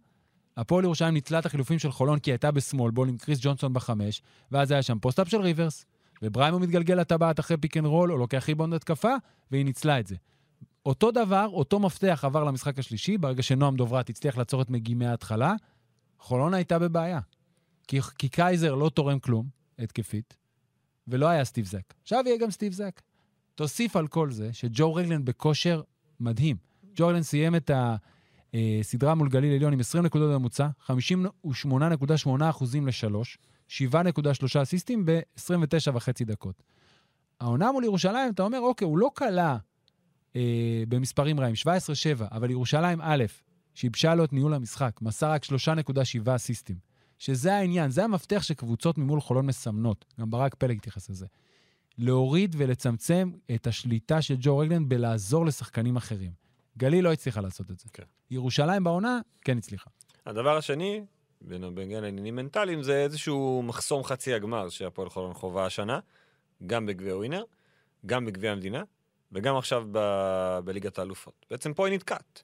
הפועל ירושלים ניצלה את החילופים של חולון כי היא הייתה בשמאל בול עם קריס ג'ונסון בחמש, ואז היה שם פוסט-אפ של ריברס, ובריימו מתגלגל לטבעת אחרי פיק אנד רול, או לוקח ריבונד התקפה, והיא ניצלה את זה. אותו דבר, אותו מפתח עבר למשחק השלישי, ברגע שנועם דוברת הצליח לעצור את מגי מההתחלה, חולון הייתה בבעיה. כי, כי קייזר לא תורם כלום, התקפית, ולא היה סטיב זק. עכשיו יהיה גם סטיב זק. תוסיף על כל זה שג'ו רגלן בכושר מדהים. ג'ו רגלן סיים את הסדרה מול גליל עליון עם 20 נקודות בממוצע, 58.8 אחוזים לשלוש, 7.3 אסיסטים ב-29 וחצי דקות. העונה מול ירושלים, אתה אומר, אוקיי, הוא לא כלה אה, במספרים רעים, 17-7, אבל ירושלים א', שיבשה לו את ניהול המשחק, מסר רק 3.7 אסיסטים. שזה העניין, זה המפתח שקבוצות ממול חולון מסמנות. גם ברק פלג התייחס לזה. להוריד ולצמצם את השליטה של ג'ו רגלנד בלעזור לשחקנים אחרים. גליל לא הצליחה לעשות את זה. כן. ירושלים בעונה כן הצליחה. הדבר השני, בין בגלל עניינים מנטליים, זה איזשהו מחסום חצי הגמר שהפועל חולון חווה השנה, גם בגביע ווינר, גם בגביע המדינה, וגם עכשיו ב- בליגת האלופות. בעצם פה היא נתקעת.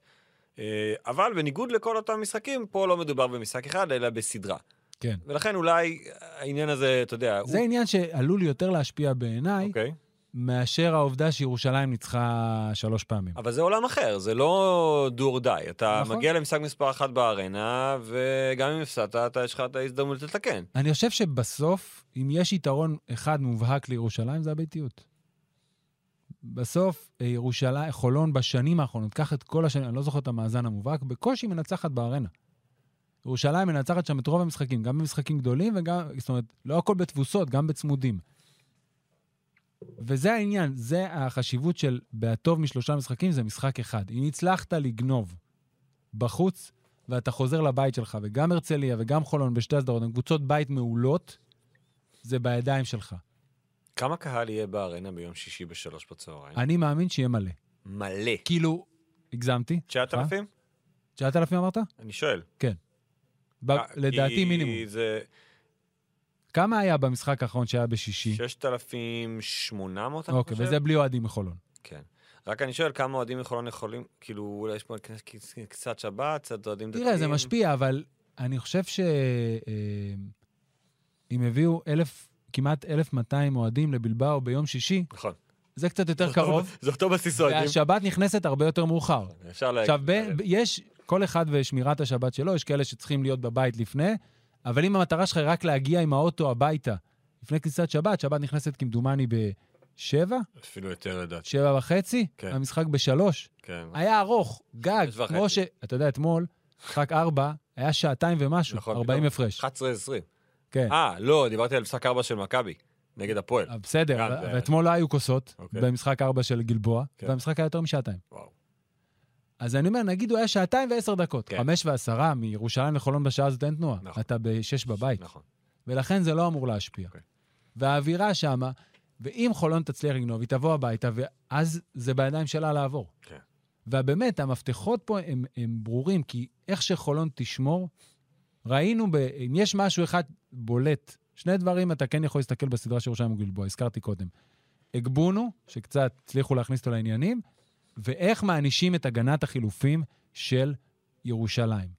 אה, אבל בניגוד לכל אותם משחקים, פה לא מדובר במשחק אחד, אלא בסדרה. כן. ולכן אולי העניין הזה, אתה יודע... זה הוא... עניין שעלול יותר להשפיע בעיניי, אוקיי. מאשר העובדה שירושלים ניצחה שלוש פעמים. אבל זה עולם אחר, זה לא do or die. אתה נכון. נכון. מגיע למשחק מספר אחת בארנה, וגם אם הפסדת, אתה יש לך את ההזדמנות לתקן. אני חושב שבסוף, אם יש יתרון אחד מובהק לירושלים, זה הביתיות. בסוף, אה, ירושלים, חולון בשנים האחרונות, קח את כל השנים, אני לא זוכר את המאזן המובהק, בקושי מנצחת בארנה. ירושלים מנצחת שם את רוב המשחקים, גם במשחקים גדולים וגם, זאת אומרת, לא הכל בתבוסות, גם בצמודים. וזה העניין, זה החשיבות של בהטוב משלושה משחקים, זה משחק אחד. אם הצלחת לגנוב בחוץ, ואתה חוזר לבית שלך, וגם הרצליה וגם חולון בשתי הסדרות, הן קבוצות בית מעולות, זה בידיים שלך. כמה קהל יהיה בארנה ביום שישי בשלוש בצהריים? אני מאמין שיהיה מלא. מלא. כאילו, הגזמתי. 9,000? 9,000 אמרת? אני שואל. ב- אה, לדעתי כי מינימום. זה כמה היה במשחק האחרון שהיה בשישי? 6,800, אני אוקיי, חושב. וזה בלי אוהדים מחולון. כן. רק אני שואל כמה אוהדים מחולון יכולים, כאילו, אולי יש פה קצת- קצת שבת, קצת אוהדים דתיים. תראה, זה משפיע, אבל אני חושב ש... אה, אם הביאו אלף, כמעט 1,200 אוהדים לבלבאו ביום שישי, נכון. זה קצת יותר קרוב, זה אותו בסיס אוהדים. והשבת נכנסת הרבה יותר מאוחר. אפשר להגיד. אה, עכשיו, ב- ב- יש, כל אחד ושמירת השבת שלו, יש כאלה שצריכים להיות בבית לפני, אבל אם המטרה שלך היא רק להגיע עם האוטו הביתה לפני כניסת שבת, שבת נכנסת כמדומני בשבע, אפילו יותר לדעתי, שבע וחצי, אוקיי. כן. המשחק בשלוש. כן. היה ארוך, גג, שש וחצי. כמו ש... אתה יודע, אתמול, משחק ארבע, היה שעתיים ומשהו, נכון, ארבעים פתאום. הפרש. 11-20. כן. אה, לא, דיברתי על משחק 4 של מכבי, נגד הפועל. אה, בסדר, גם, אבל- זה- ואתמול לא היו כוסות, אוקיי. במשחק ארבע של גלבוע, כן. והמשחק היה יותר משעתיים. וואו. אז אני אומר, נגיד הוא היה שעתיים ועשר דקות. כן. חמש ועשרה, מירושלים לחולון בשעה הזאת אין תנועה. נכון. אתה בשש בבית. נכון. ולכן זה לא אמור להשפיע. Okay. אוקיי. והאווירה שמה, ואם חולון תצליח לגנוב, היא תבוא הביתה, ואז זה בידיים שלה לעבור. כן. ובאמת, המפתחות פה הם, הם ברורים, כי איך שחולון תשמור, ראינו, ב, אם יש משהו אחד בולט, שני דברים אתה כן יכול להסתכל בסדרה של ירושלים וגלבוע, הזכרתי קודם. הגבונו, שקצת הצליחו להכניס אותו לעניינים, ואיך מענישים את הגנת החילופים של ירושלים.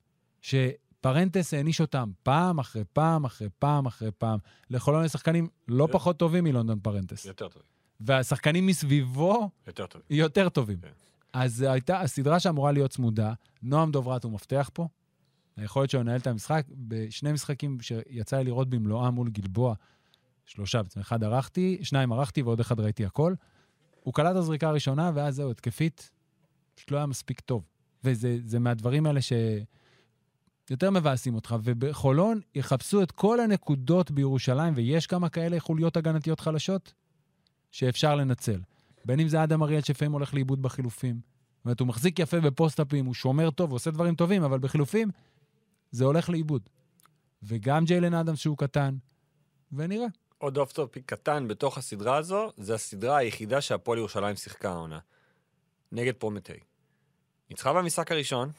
שפרנטס העניש אותם פעם אחרי פעם אחרי פעם אחרי פעם. לחולון יש שחקנים לא זה- פחות טובים מלונדון פרנטס. יותר טוב. והשחקנים מסביבו יותר טוב. יותר טובים. כן. אז זו הייתה הסדרה שאמורה להיות צמודה, נועם דוברת הוא מפתח פה. היכולת שלו לנהל את המשחק, בשני משחקים שיצא לי לראות במלואם מול גלבוע, שלושה בעצם, אחד ערכתי, שניים ערכתי ועוד אחד ראיתי הכל. הוא קלט את הזריקה הראשונה, ואז זהו, התקפית, פשוט לא היה מספיק טוב. וזה זה מהדברים האלה שיותר מבאסים אותך. ובחולון יחפשו את כל הנקודות בירושלים, ויש כמה כאלה חוליות הגנתיות חלשות שאפשר לנצל. בין אם זה אדם אריאל שלפעמים הולך לאיבוד בחילופים. זאת אומרת, הוא מחזיק יפה בפוסט-אפים, הוא שומר טוב, הוא עושה דברים טובים, אבל בחילופים זה הולך לאיבוד. וגם ג'יילן אדם שהוא קטן, ונראה. עוד אוף טופיק קטן בתוך הסדרה הזו, זה הסדרה היחידה שהפועל ירושלים שיחקה העונה. נגד פרומטי. ניצחה במשחק הראשון,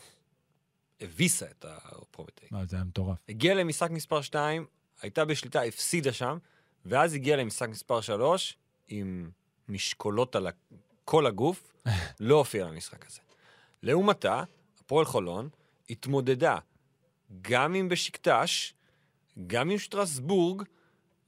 הביסה את הפרומטי. מה, אה, זה היה מטורף. הגיעה למשחק מספר 2, הייתה בשליטה, הפסידה שם, ואז הגיעה למשחק מספר 3, עם משקולות על ה- כל הגוף, לא הופיעה למשחק הזה. לעומתה, הפועל חולון התמודדה גם עם בשקטש, גם עם שטרסבורג,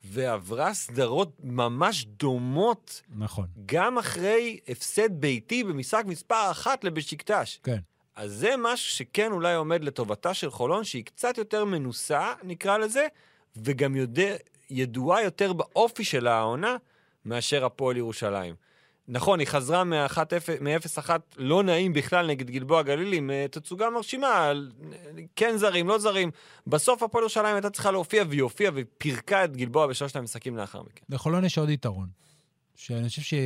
ועברה סדרות ממש דומות נכון. גם אחרי הפסד ביתי במשחק מספר אחת לבשיקטש. כן. אז זה משהו שכן אולי עומד לטובתה של חולון, שהיא קצת יותר מנוסה, נקרא לזה, וגם יודע, ידועה יותר באופי שלה העונה, מאשר הפועל ירושלים. נכון, היא חזרה מ-0-1 לא נעים בכלל נגד גלבוע גלילי, עם אה, תצוגה מרשימה, על- כן זרים, לא זרים. בסוף הפועל ירושלים הייתה צריכה להופיע, והיא הופיעה, והיא פירקה את גלבוע בשלושת המשחקים לאחר מכן. לחולון יש עוד יתרון, שאני חושב שהוא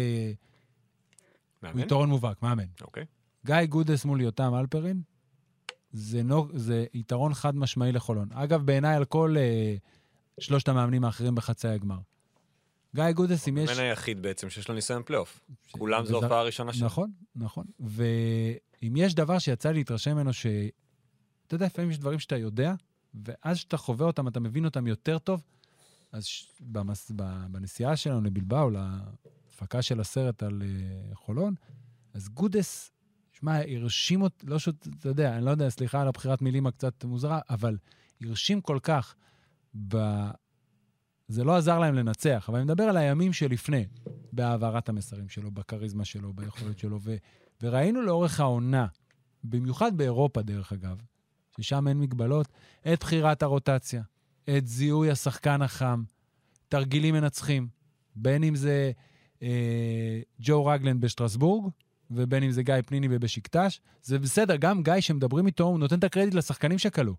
מאמן? יתרון מובהק, מאמן. אוקיי. גיא גודס מול יותם אלפרין, זה, נו, זה יתרון חד משמעי לחולון. אגב, בעיניי על כל אה, שלושת המאמנים האחרים בחצי הגמר. גיא גודס, אם יש... המאמן היחיד בעצם שיש לו ניסיון פלייאוף. ש- כולם זו וזה- הופעה ראשונה שלו. נכון, נכון. ואם יש דבר שיצא לי להתרשם ממנו, ש... אתה יודע, לפעמים יש דברים שאתה יודע, ואז כשאתה חווה אותם, אתה מבין אותם יותר טוב. אז ש- במס... ב- בנסיעה שלנו לבלבאו, להפקה של הסרט על אה, חולון, אז גודס, שמע, הרשים אותי, לא שאתה אתה יודע, אני לא יודע, סליחה על הבחירת מילים הקצת מוזרה, אבל הרשים כל כך ב... זה לא עזר להם לנצח, אבל אני מדבר על הימים שלפני, בהעברת המסרים שלו, בכריזמה שלו, ביכולת שלו, ו... וראינו לאורך העונה, במיוחד באירופה, דרך אגב, ששם אין מגבלות, את בחירת הרוטציה, את זיהוי השחקן החם, תרגילים מנצחים, בין אם זה אה, ג'ו רגלן בשטרסבורג, ובין אם זה גיא פניני בבשיקטש. זה בסדר, גם גיא שמדברים איתו, הוא נותן את הקרדיט לשחקנים שכלו.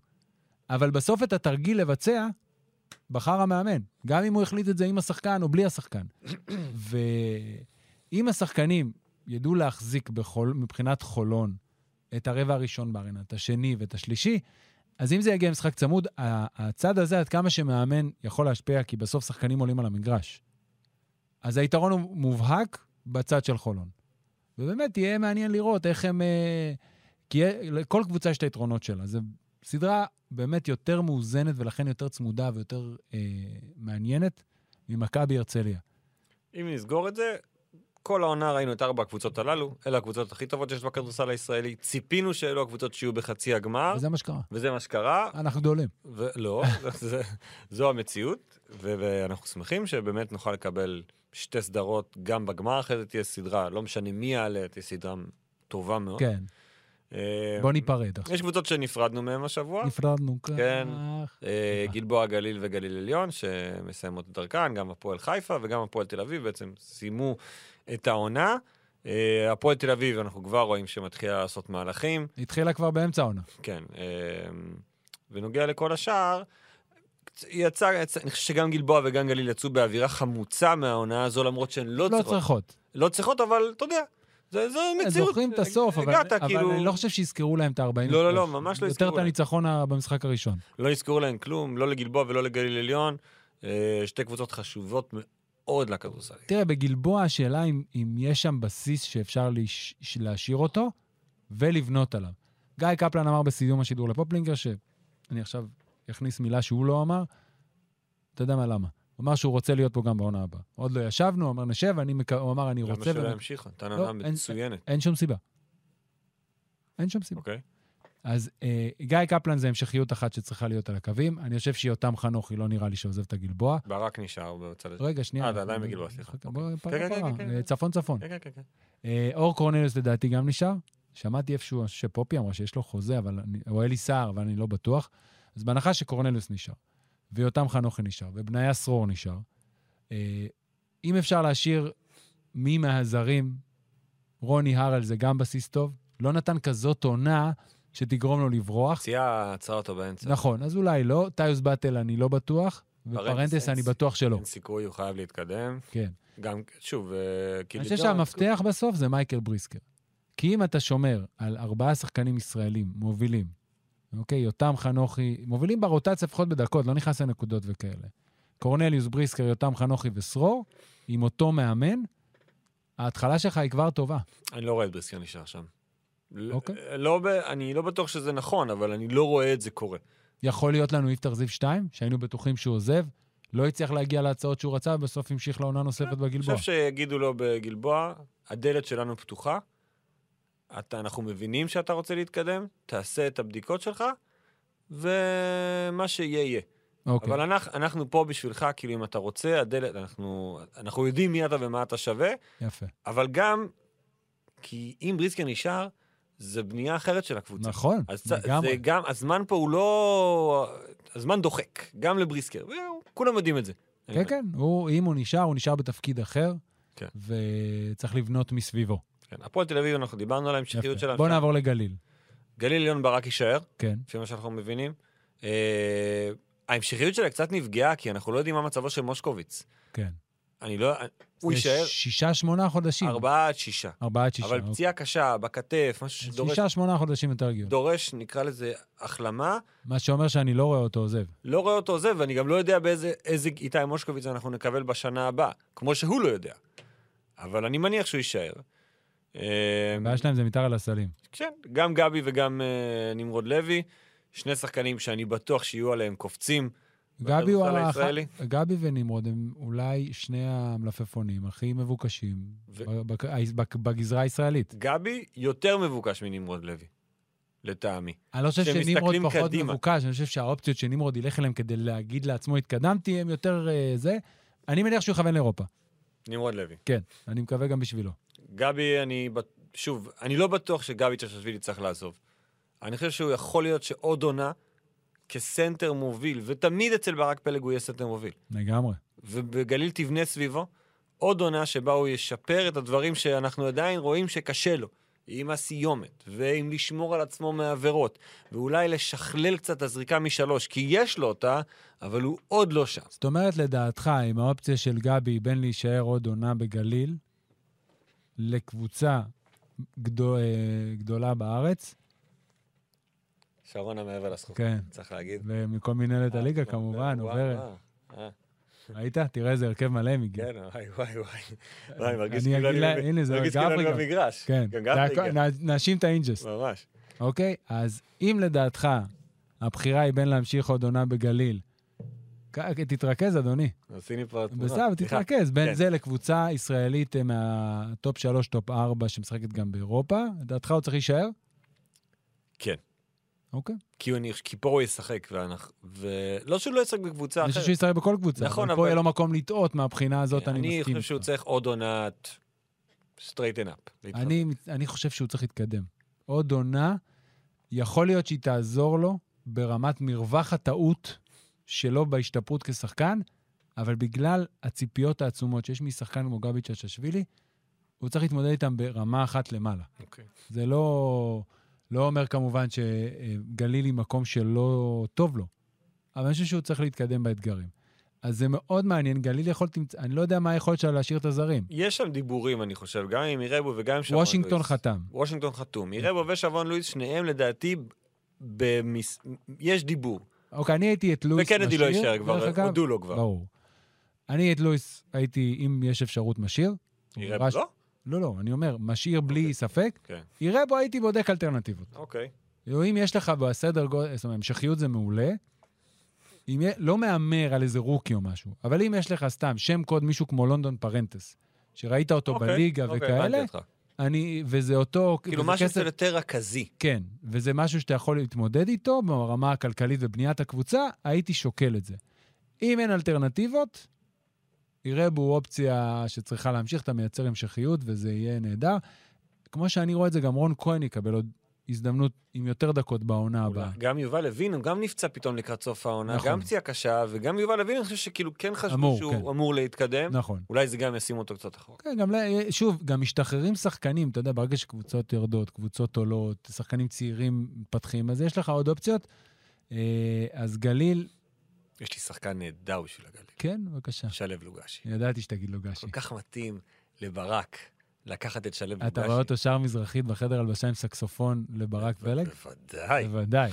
אבל בסוף את התרגיל לבצע, בחר המאמן, גם אם הוא החליט את זה עם השחקן או בלי השחקן. ואם השחקנים ידעו להחזיק בחול, מבחינת חולון את הרבע הראשון בארנה, את השני ואת השלישי, אז אם זה יגיע למשחק צמוד, ה- הצד הזה, עד כמה שמאמן יכול להשפיע, כי בסוף שחקנים עולים על המגרש. אז היתרון הוא מובהק בצד של חולון. ובאמת, יהיה מעניין לראות איך הם... אה, כי אה, לכל קבוצה יש את היתרונות שלה. זו סדרה באמת יותר מאוזנת ולכן יותר צמודה ויותר אה, מעניינת ממכבי הרצליה. אם נסגור את זה, כל העונה ראינו את ארבע הקבוצות הללו, אלה הקבוצות הכי טובות שיש בכדורסל הישראלי. ציפינו שאלו הקבוצות שיהיו בחצי הגמר, וזה מה שקרה. וזה מה שקרה, אנחנו גדולים. ולא, זה- זו המציאות, ו- ואנחנו שמחים שבאמת נוכל לקבל שתי סדרות גם בגמר, אחרי זה תהיה סדרה, לא משנה מי יעלה, תהיה סדרה טובה מאוד. כן, אה, בוא ניפרד עכשיו. יש קבוצות שנפרדנו מהן השבוע, נפרדנו כך. כן. אה, גלבוע גליל וגליל עליון, שמסיימות את דרכן, גם הפועל חיפה וגם הפועל תל אביב, בעצם סיימו את העונה. אה, הפועל תל אביב, אנחנו כבר רואים שמתחילה לעשות מהלכים. התחילה כבר באמצע העונה. כן. אה, בנוגע לכל השאר, יצא, יצא, אני חושב שגם גלבוע וגם גליל יצאו באווירה חמוצה מההונאה הזו, למרות שהן לא, לא צריכות. צריכות. לא צריכות, אבל אתה יודע, זה, זו הם מציאות. זוכרים את הסוף, אבל הגעת, אבל כאילו... אני לא חושב שיזכרו להם את ה-40. לא, לא, לא, ממש לא יזכרו יותר את להם. הניצחון ה- במשחק הראשון. לא יזכרו להם כלום, לא לגלבוע ולא לגליל עליון. אה, שתי קבוצות חשובות מאוד לכדורסל. תראה, בגלבוע השאלה אם, אם יש שם בסיס שאפשר להש... להשאיר אותו ולבנות עליו. גיא קפלן אמר בסיום השידור לפופלינגר, שאני עכשיו אכניס מילה שהוא לא אמר, אתה יודע מה, למה? הוא אמר שהוא רוצה להיות פה גם בעונה הבאה. עוד לא ישבנו, הוא אמר נשב, אני מק... הוא אמר אני למה רוצה... שלא ואני- ימשיך? נתן לא, עונה אין- מצוינת, אין שום סיבה. אין שום סיבה. אוקיי? אז אה, גיא קפלן זה המשכיות אחת שצריכה להיות על הקווים. אני חושב שיותם חנוכי לא נראה לי שעוזב את הגלבוע. ברק נשאר בצד הזה. רגע, שנייה. אה, אתה עדיין בגלבוע, סליחה. חכה, אוקיי. בוא, כן, פרה כן, פרה. כן, כן. אה, צפון צפון. כן, כן, כן, כן. אה, אור קורנליוס לדעתי גם נשאר. שמעתי איפשהו שפופי אמרה שיש לו חוזה, אבל אני, או אלי סער, אבל אני לא בטוח. אז בהנחה שקורנליוס נשאר, ויותם חנוכי נשאר, ובניה סרור נשאר, אה, אם אפשר להשאיר מי מהזרים, רוני הרל זה גם בסיס טוב, לא נתן כזאת עונה שתגרום לו לברוח. פציעה עצרה אותו באמצע. נכון, אז אולי לא. טיוס באטל אני לא בטוח, פרנטס, ופרנטס אני בטוח שלא. אין סיכוי, הוא חייב להתקדם. לא. כן. גם, שוב, אה, כי... אני חושב לידור- שהמפתח בסוף זה מייקל בריסקר. כי אם אתה שומר על ארבעה שחקנים ישראלים מובילים, אוקיי, יותם חנוכי, מובילים ברוטציה לפחות בדקות, לא נכנס לנקודות וכאלה. קורנליוס בריסקר, יותם חנוכי וסרור, עם אותו מאמן, ההתחלה שלך היא כבר טובה. אני לא רואה את בריסקר נשאר שם. ל- אוקיי. לא ב- אני לא בטוח שזה נכון, אבל אני לא רואה את זה קורה. יכול להיות לנו יפתח זיו 2, שהיינו בטוחים שהוא עוזב, לא הצליח להגיע להצעות שהוא רצה, ובסוף המשיך לעונה נוספת אני בגלבוע. חושב שיגידו לו בגלבוע, הדלת שלנו פתוחה, אתה, אנחנו מבינים שאתה רוצה להתקדם, תעשה את הבדיקות שלך, ומה שיהיה יהיה. אוקיי. אבל אנחנו, אנחנו פה בשבילך, כאילו אם אתה רוצה, הדלת, אנחנו, אנחנו יודעים מי אתה ומה אתה שווה, יפה. אבל גם, כי אם בריסקר נשאר, זה בנייה אחרת של הקבוצה. נכון, אז צ- זה לגמרי. גם, הזמן פה הוא לא... הזמן דוחק, גם לבריסקר. והוא- כולם יודעים את זה. כן, כן, הוא, אם הוא נשאר, הוא נשאר בתפקיד אחר, כן. וצריך לבנות מסביבו. כן. הפועל תל אביב, אנחנו דיברנו על ההמשכיות יפה. שלה. בוא נעבור לגליל. גליל עליון ברק יישאר, כן, לפי מה שאנחנו מבינים. אה, ההמשכיות שלה קצת נפגעה, כי אנחנו לא יודעים מה מצבו של מושקוביץ. כן. אני לא... הוא זה יישאר שישה, שמונה חודשים. ארבעה עד שישה. ארבעה עד שישה. אבל אוקיי. פציעה קשה, בכתף, משהו אז שדורש, שישה, שמונה חודשים יותר הגיון. דורש, נקרא לזה, החלמה. מה שאומר שאני לא רואה אותו עוזב. לא רואה אותו עוזב, ואני גם לא יודע באיזה איזה איתי מושקוביץ אנחנו נקבל בשנה הבאה, כמו שהוא לא יודע. אבל אני מניח שהוא יישאר. אה, הבעיה שלהם זה מתחת לסלים. כן, גם גבי וגם אה, נמרוד לוי, שני שחקנים שאני בטוח שיהיו עליהם קופצים. גבי הוא בכדורסל האח- הישראלי. גבי ונמרוד הם אולי שני המלפפונים הכי מבוקשים ו- ב- בק- בק- בגזרה הישראלית. גבי יותר מבוקש מנמרוד לוי, לטעמי. אני לא חושב כשמסתכלים שנמרוד פחות קדימה. מבוקש, אני חושב שהאופציות שנמרוד ילך אליהם כדי להגיד לעצמו התקדמתי, הם יותר אה, זה. אני מניח שהוא יכוון לאירופה, נמרוד לוי. כן. אני מקווה גם בשבילו. גבי, אני... בט- שוב, אני לא בטוח שגבי צ'ששווילי צריך לעזוב. אני חושב שהוא יכול להיות שעוד עונה כסנטר מוביל, ותמיד אצל ברק פלג הוא יהיה סנטר מוביל. לגמרי. ובגליל תבנה סביבו עוד עונה שבה הוא ישפר את הדברים שאנחנו עדיין רואים שקשה לו. עם הסיומת, ועם לשמור על עצמו מעבירות, ואולי לשכלל קצת את הזריקה משלוש, כי יש לו אותה, אבל הוא עוד לא שם. זאת אומרת, לדעתך, אם האופציה של גבי בין להישאר עוד עונה בגליל לקבוצה גדו- אה, גדולה בארץ, שרונה מעבר לזכות, כן, צריך להגיד. ומכל אה, מינהלת הליגה כמובן, וואו, עוברת. וואו, אה, ראית? תראה איזה הרכב מלא מגיע. כן, וואי, וואי, וואי. וואי, אני מרגיש אני כאילו אגיד לה- אני הנה, זה מרגיש כאילו גפרי אני גם. במגרש. כן, גם זה גפרי, הכל- כן. נ- נאשים את האינג'סט. ממש. אוקיי? אז אם לדעתך הבחירה היא בין להמשיך עוד עונה בגליל, כ- תתרכז, אדוני. עשיתי פה תמונות. בסדר, סליחה. תתרכז. בין כן. זה לקבוצה ישראלית אה, מהטופ 3, טופ 4, שמשחקת גם באירופה, לדעתך הוא צריך להישאר? כן. אוקיי. כי הוא- כי פה הוא ישחק, ואנחנו- ולא שהוא לא ישחק בקבוצה אני חושב אחרת. שהוא ישחק בכל קבוצה. נכון, אבל... פה אבל- יהיה לו מקום לטעות מהבחינה הזאת, אני מסכים. אני חושב שהוא איתך. צריך עוד עונת סטרייטן אפ. אני, אני חושב שהוא צריך להתקדם. עוד עונה, יכול להיות שהיא תעזור לו ברמת מרווח הטעות שלו בהשתפרות כשחקן, אבל בגלל הציפיות העצומות שיש משחקן כמו גבי צ'צ'שווילי, הוא צריך להתמודד איתם ברמה אחת למעלה. אוקיי. זה לא, לא אומר כמובן שגליל היא מקום שלא טוב לו, אבל אני חושב שהוא צריך להתקדם באתגרים. אז זה מאוד מעניין, גליל יכול, תמצא, אני לא יודע מה היכולת שלה להשאיר את הזרים. יש שם דיבורים, אני חושב, גם עם ירבו וגם עם שבון לואיס. וושינגטון אוקיי. חתם. וושינגטון חתום. ירבו ושבון לואיס, שניהם לדעתי, במס- יש דיבור. אוקיי, אני הייתי את לואיס וקנדי לא יישאר דרך כבר, אגב, הודו לו כבר. ברור. אני את לואיס הייתי, אם יש אפשרות, משאיר. ירבו ממש- לא? לא, לא, אני אומר, משאיר בלי אוקיי. ספק. כן. יראה בו הייתי בודק אלטרנטיבות. אוקיי. כאילו, אם יש לך בסדר גודל, זאת אומרת, המשכיות זה מעולה. אם יה- לא מהמר על איזה רוקי או משהו, אבל אם יש לך סתם שם קוד מישהו כמו לונדון פרנטס, שראית אותו אוקיי, בליגה אוקיי, הבנתי וכאלה, אותך. אני, וזה אותו... כאילו וזה משהו כסף- קצת יותר רכזי. כן, וזה משהו שאתה יכול להתמודד איתו ברמה הכלכלית ובניית הקבוצה, הייתי שוקל את זה. אם אין אלטרנטיבות, יראה בו אופציה שצריכה להמשיך, אתה מייצר המשכיות וזה יהיה נהדר. כמו שאני רואה את זה, גם רון כהן יקבל עוד הזדמנות עם יותר דקות בעונה הבאה. גם יובל לוין, הוא גם נפצע פתאום לקראת סוף העונה, נכון. גם פציעה קשה, וגם יובל לוין, אני חושב שכאילו כן חשבו אמור, כן. שהוא אמור להתקדם. נכון. אולי זה גם ישים אותו קצת אחורה. כן, גם, ל- שוב, גם משתחררים שחקנים, אתה יודע, ברגע שקבוצות יורדות, קבוצות עולות, שחקנים צעירים מתפתחים, אז יש לך עוד אופציות. אה, אז גליל, יש לי שחקן נהדר בשביל הגליל, כן, בבקשה. שלו לוגשי. ידעתי שתגיד לו גשי. כל כך מתאים לברק לקחת את שלו לוגשי. אתה רואה אותו שר מזרחית בחדר הלבשה עם סקסופון לברק ב- פלג? בוודאי. בוודאי.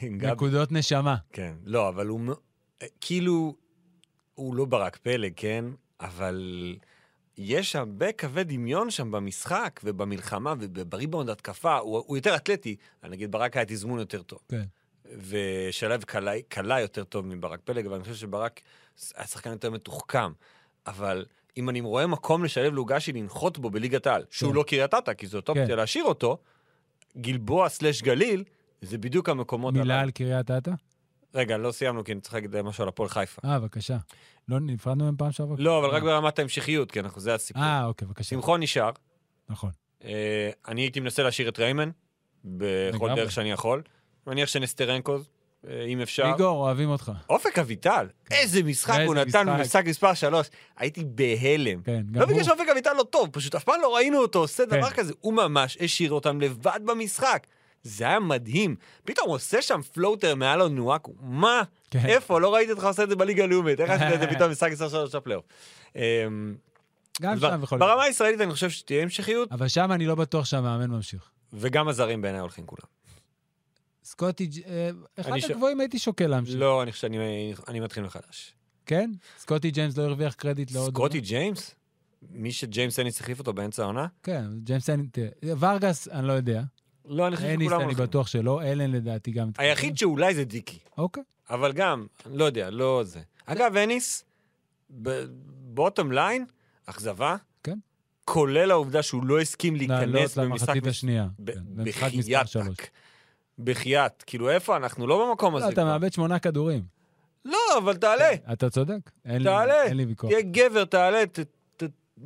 עם גבי. נקודות נשמה. כן. לא, אבל הוא... מ- כאילו, הוא לא ברק פלג, כן? אבל יש הרבה קווי דמיון שם במשחק ובמלחמה ובריבאונד התקפה. הוא, הוא יותר אתלטי. נגיד, ברק היה תזמון יותר טוב. כן. ושלו קלה, קלה יותר טוב מברק פלג, אבל אני חושב שברק היה שחקן יותר מתוחכם. אבל אם אני רואה מקום לשלב לוגשי לנחות בו בליגת העל, שהוא כן. לא קריית אתא, כי זאת אופציה כן. להשאיר אותו, גלבוע סלש גליל, זה בדיוק המקומות מילה הללו. על קריית אתא? רגע, לא סיימנו, כי אני צריך להגיד משהו על הפועל חיפה. אה, בבקשה. לא נפרדנו מהם פעם שעברה? לא, אבל רק ברמת ההמשכיות, כי אנחנו, זה הסיפור. אה, אוקיי, בבקשה. שמחון נשאר, נכון. אה, אני הייתי מנסה להשאיר את ריימן, בכל לגמרי. דרך שאני יכול. מניח שנסטרנקוז, אה, אם אפשר. איגור, אוהבים אותך. אופק אביטל, איזה משחק כן. איזה הוא נתן משחק. במשחק מספר 3, הייתי בהלם. כן, גם לא הוא. בגלל שאופק אביטל לא טוב, פשוט אף פעם לא ראינו אותו עושה דבר כן. כזה, הוא ממש השאיר אותם לבד במשחק. זה היה מדהים. פתאום עושה שם פלוטר מעל אונואקו, מה? כן. איפה? לא ראיתי אותך עושה את זה בליגה הלאומית, איך עשית את זה פתאום במשחק 23 של הפלייאוף? אמ, גם אז שם יכול להיות. ברמה הישראלית אני חושב שתהיה המשכיות, אבל שם אני לא בטוח שהמאמן ממשיך. וגם הזרים בעיניי הולכים כולם. סקוטי, ג'- אה, אחד אני ש- הגבוהים הייתי שוקל להמשיך. לא, אני חושב שאני אני מתחיל מחדש. כן? סקוטי ג'יימס לא הרוויח קרדיט לעוד... סקוטי ג'יימס? מי שג'יימס אניס החליף אותו באמצע העונה? כן, ג'יימס אין... תראה, ורגס, אני לא יודע. לא, אני חושב אניס, שכולם אני הולכים. בטוח שלא, אלן לדעתי גם... מתקרב. היחיד שאולי זה דיקי, אוקיי. אבל גם, אני לא יודע, לא זה. אגב, אניס, בוטום ליין, אכזבה. כן. כולל העובדה שהוא לא הסכים לעלות להיכנס במשחק... למחצית מס- השנייה. ב- לא, כן, במשחק מספר שלוש. בחייאתק. בחייאת. כאילו, איפה? אנחנו לא במקום הזה. לא, אתה כבר. מאבד כן, שמונה כדורים. לא, אבל תעלה. אה, אתה צודק. אין לי- תעלה. אין לי ויכוח. תהיה גבר, תעלה. ת- ת-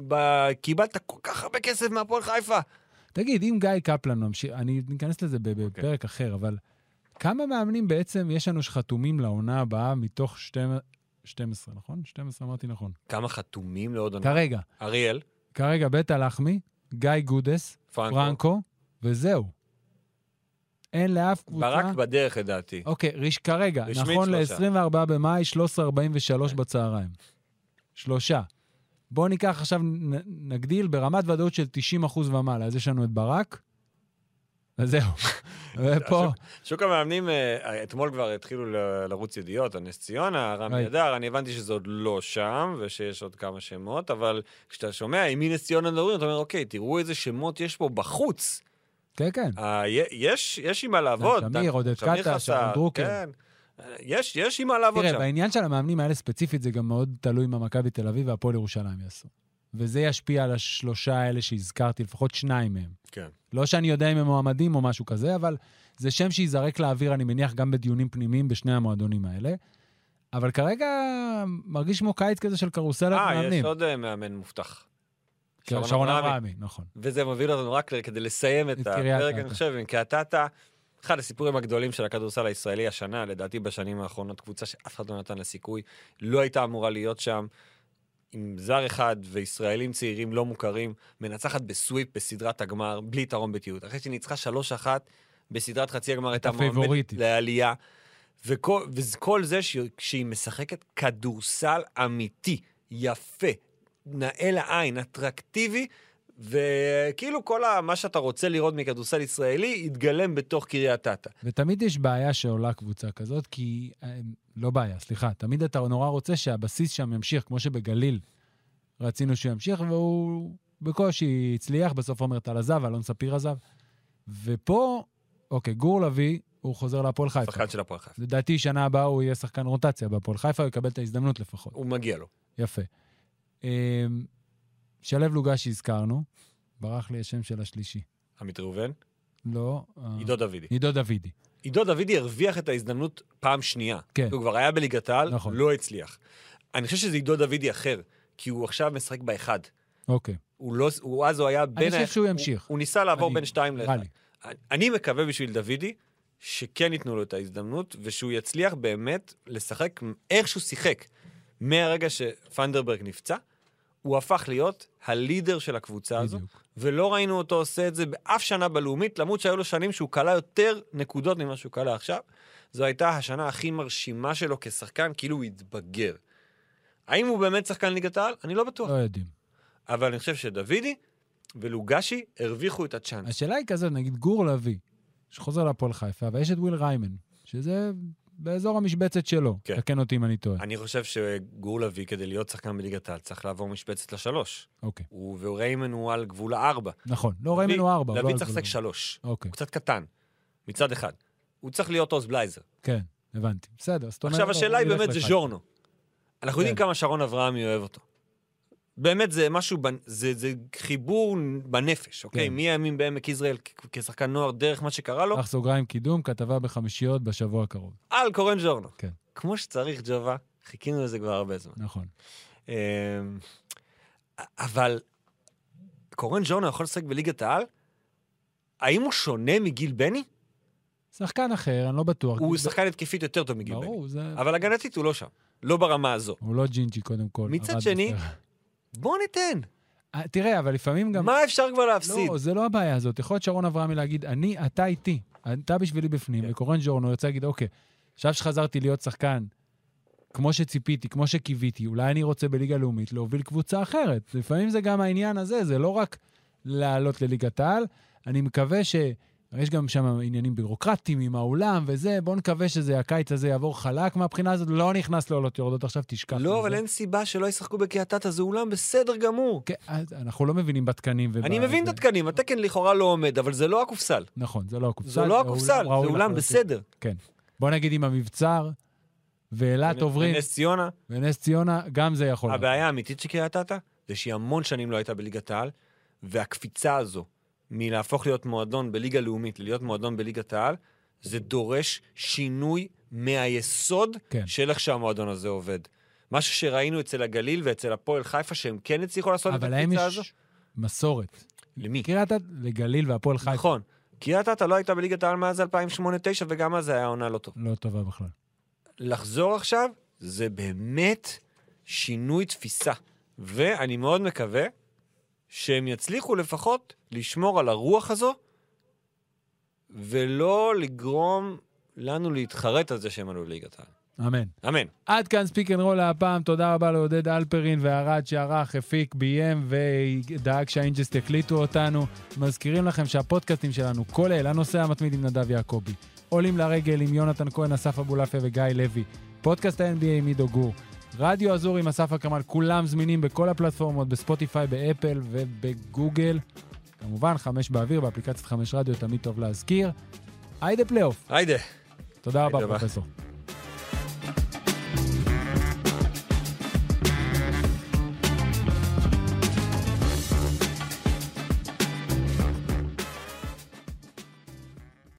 ב- קיבלת כל כך הרבה כסף מהפועל חיפה. תגיד, אם גיא קפלן ממשיך, אני ניכנס לזה ב- אוקיי. בפרק אחר, אבל כמה מאמנים בעצם יש לנו שחתומים לעונה הבאה מתוך שתי- 12, נכון? 12 אמרתי נכון. כמה חתומים לעוד עונה. כרגע, אריאל, כרגע בית הלחמי, גיא גודס, פרנקו. פרנקו, וזהו. אין לאף קבוצה... ברק בדרך, לדעתי. אוקיי, ריש כרגע, רשמית נכון שלושה. ל-24 במאי, 13.43 כן. בצהריים. שלושה. בואו ניקח עכשיו, נ- נגדיל ברמת ודאות של 90% ומעלה. אז יש לנו את ברק, וזהו. ופה, שוק המאמנים, אה, אתמול כבר התחילו ל- לרוץ ידיעות על נס ציונה, רמי ראיתי. אדר, אני הבנתי שזה עוד לא שם, ושיש עוד כמה שמות, אבל כשאתה שומע עם מי נס ציונה מדברים, אתה אומר, אוקיי, תראו איזה שמות יש פה בחוץ. כן, כן. אה, י- יש, יש עם מה לעבוד. שמיר, דן- עודד שמיר קטש, חסר, שרון דרוקר. כן. אה, יש, יש עם מה לעבוד תראה, שם. בעניין של המאמנים האלה ספציפית, זה גם מאוד תלוי מה מכבי תל אביב והפועל ירושלים יעשו. וזה ישפיע על השלושה האלה שהזכרתי, לפחות שניים מהם. כן. לא שאני יודע אם הם מועמדים או משהו כזה, אבל זה שם שייזרק לאוויר, אני מניח, גם בדיונים פנימיים בשני המועדונים האלה. אבל כרגע מרגיש כמו קיץ כזה של קרוסלת אה, יש מאמנים. עוד אה, מאמן מובטח. כן, שרון אברהמי, נכון. וזה מוביל אותנו רק ל- כדי לסיים את את קריית הפרק, אתא. אני חושב, עם קריית אתא. אחד הסיפורים הגדולים של הכדורסל הישראלי השנה, לדעתי בשנים האחרונות, קבוצה שאף אחד לא נתן לה סיכוי, לא הייתה אמורה להיות שם, עם זר אחד וישראלים צעירים לא מוכרים, מנצחת בסוויפ בסדרת הגמר, בלי יתרון בטיעוט. אחרי שניצחה 3-1 בסדרת חצי הגמר, הייתה מועמדת הפיבוריטית. לעלייה. וכל, וכל זה ש- שהיא משחקת כדורסל אמיתי, יפה, נאה לעין, אטרקטיבי, וכאילו כל ה, מה שאתה רוצה לראות מכדורסל ישראלי יתגלם בתוך קריית אתא. ותמיד יש בעיה שעולה קבוצה כזאת, כי... אה, לא בעיה, סליחה. תמיד אתה נורא רוצה שהבסיס שם ימשיך, כמו שבגליל רצינו שהוא ימשיך, והוא בקושי הצליח, בסוף עומר טל עזב, אלון ספיר עזב. ופה, אוקיי, גור לביא, הוא חוזר להפועל חיפה. שחקן של הפועל חיפה. לדעתי, שנה הבאה הוא יהיה שחקן רוטציה בהפועל חיפה, הוא יקבל את ההזדמנות לפחות. הוא מגיע לו. יפה. אמ, שלו לוגש שהזכרנו, ברח לי השם של השלישי. עמית ראובן, לא. אה, עידו דוידי. עידו דוידי. עידו דוידי הרוויח את ההזדמנות פעם שנייה. כן. הוא כבר היה בליגת העל, נכון. לא הצליח. אני חושב שזה עידו דוידי אחר, כי הוא עכשיו משחק באחד. אוקיי, הוא לא, הוא אז הוא היה בין... חושב ה- שהוא ימשיך. הוא, הוא ניסה לעבור אני- בין שתיים נראה לאחד. לי. אני מקווה בשביל דוידי שכן ייתנו לו את ההזדמנות, ושהוא יצליח באמת לשחק איך שהוא שיחק. מהרגע שפנדרברג נפצע, הוא הפך להיות הלידר של הקבוצה הזו, בדיוק. ולא ראינו אותו עושה את זה באף שנה בלאומית, למרות שהיו לו שנים שהוא כלה יותר נקודות ממה שהוא כלה עכשיו. זו הייתה השנה הכי מרשימה שלו כשחקן, כאילו הוא התבגר. האם הוא באמת שחקן ליגת העל? אני לא בטוח. לא יודעים. אבל אני חושב שדוידי ולוגשי הרוויחו את הצ'אנס. השאלה היא כזאת, נגיד גור לביא, שחוזר להפועל חיפה, ויש את וויל ריימן, שזה באזור המשבצת שלו. כן. תקן אותי אם אני טועה. אני חושב שגור לביא, כדי להיות שחקן בליגת העל, צריך לעבור משבצת לשלוש. אוקיי, הוא וריימן הוא על גבול הארבע. נכון. לא, לביא- ריימן הוא ארבע, הוא לא לביא על צריך גבול לשחק שלוש. אוקיי, הוא קצת קטן, מצד אחד. הוא צריך להיות עוז בלייזר. כן, הבנתי. בסדר, זאת אומרת... עכשיו, הוא השאלה היא ילך באמת, זה לחיפה. ז'ורנו. אנחנו יודעים כן. כמה שרון אברהמי אוהב אותו. באמת, זה משהו, בנ- זה זה חיבור בנפש, אוקיי? כן. מהימים בעמק יזרעאל כ- כשחקן נוער, דרך מה שקרה לו, פתח סוגריים קידום, כתבה בחמישיות בשבוע הקרוב. על קורן ז'ורנו. כן. כמו שצריך, ג'ובה, חיכינו לזה כבר הרבה זמן. נכון. אמ, אבל קורן ז'ורנו יכול לשחק בליגת העל? האם הוא שונה מגיל בני? שחקן אחר, אני לא בטוח. הוא כי- שחקן התקפית יותר טוב מגיל בני. ברור, זה... אבל הגנתית הוא לא שם, לא ברמה הזו. הוא לא ג'ינג'י קודם כל. מצד עבד שני, בסדר. בוא ניתן. אה, תראה, אבל לפעמים גם... מה אפשר כבר להפסיד? לא, זה לא הבעיה הזאת. יכול להיות שרון אברהמי להגיד, אני, אתה איתי, אתה בשבילי בפנים, כן. וקורן ג'ורנו ירצה להגיד, אוקיי, עכשיו שחזרתי להיות שחקן, כמו שציפיתי, כמו שקיוויתי, אולי אני רוצה בליגה לאומית להוביל קבוצה אחרת. לפעמים זה גם העניין הזה, זה לא רק לעלות לליגת העל. אני מקווה ש... יש גם שם עניינים בירוקרטיים עם האולם וזה, בואו נקווה שזה, הקיץ הזה יעבור חלק מהבחינה הזאת, לא נכנס לעולות יורדות עכשיו, תשכח. מזה. לא, אבל אין סיבה שלא ישחקו בקריאתתא, זה אולם בסדר גמור. כן, אז אנחנו לא מבינים בתקנים. וב- אני מבין את זה- התקנים, התקן לכאורה לא עומד, אבל זה לא הקופסל. נכון, זה לא הקופסל. זה לא הקופסל, זה ראוי אולם לחלוטין. בסדר. כן. בוא נגיד עם המבצר, ואילת עוברים, נס ציונה, ונס ציונה, גם זה יכול להיות. הבעיה האמיתית של קריית אתא, זה שהיא המון שנים לא הייתה בליגת העל, והקפיצה הזו מלהפוך להיות מועדון בליגה לאומית ללהיות מועדון בליגת העל, זה דורש שינוי מהיסוד כן. של איך שהמועדון הזה עובד. משהו שראינו אצל הגליל ואצל הפועל חיפה, שהם כן הצליחו לעשות את אבל להם הקפיצה הזו. יש מסורת. למי? קריית אתא לגליל והפועל חיפה. נכון. קריית אתא לא הייתה בליגת העל מאז 2008-2009, וגם אז זה היה עונה לא טובה. לא טובה בכלל. לחזור עכשיו, זה באמת שינוי תפיסה. ואני מאוד מקווה שהם יצליחו לפחות לשמור על הרוח הזו, ולא לגרום לנו להתחרט על זה שהם עלו לליגת העל. אמן. אמן. עד כאן ספיק אנד רול להפעם, תודה רבה לעודד אלפרין וערד שערך, הפיק, ביים ודאג שהאינג'סט יקליטו אותנו. מזכירים לכם שהפודקאסטים שלנו, כולל הנושא המתמיד עם נדב יעקבי, עולים לרגל עם יונתן כהן, אסף אבולעפיה וגיא לוי, פודקאסט ה-NBA עם עידו גור, רדיו אזור עם אסף הקמל, כולם זמינים בכל הפלטפורמות, בספוטיפיי, באפל ובגוגל. כמובן, חמש באוויר, באפליקציית חמש רדיו, תמיד טוב להזכיר. היי דה פלייאוף. היידה. תודה רבה, היי, תודה. פרופסור.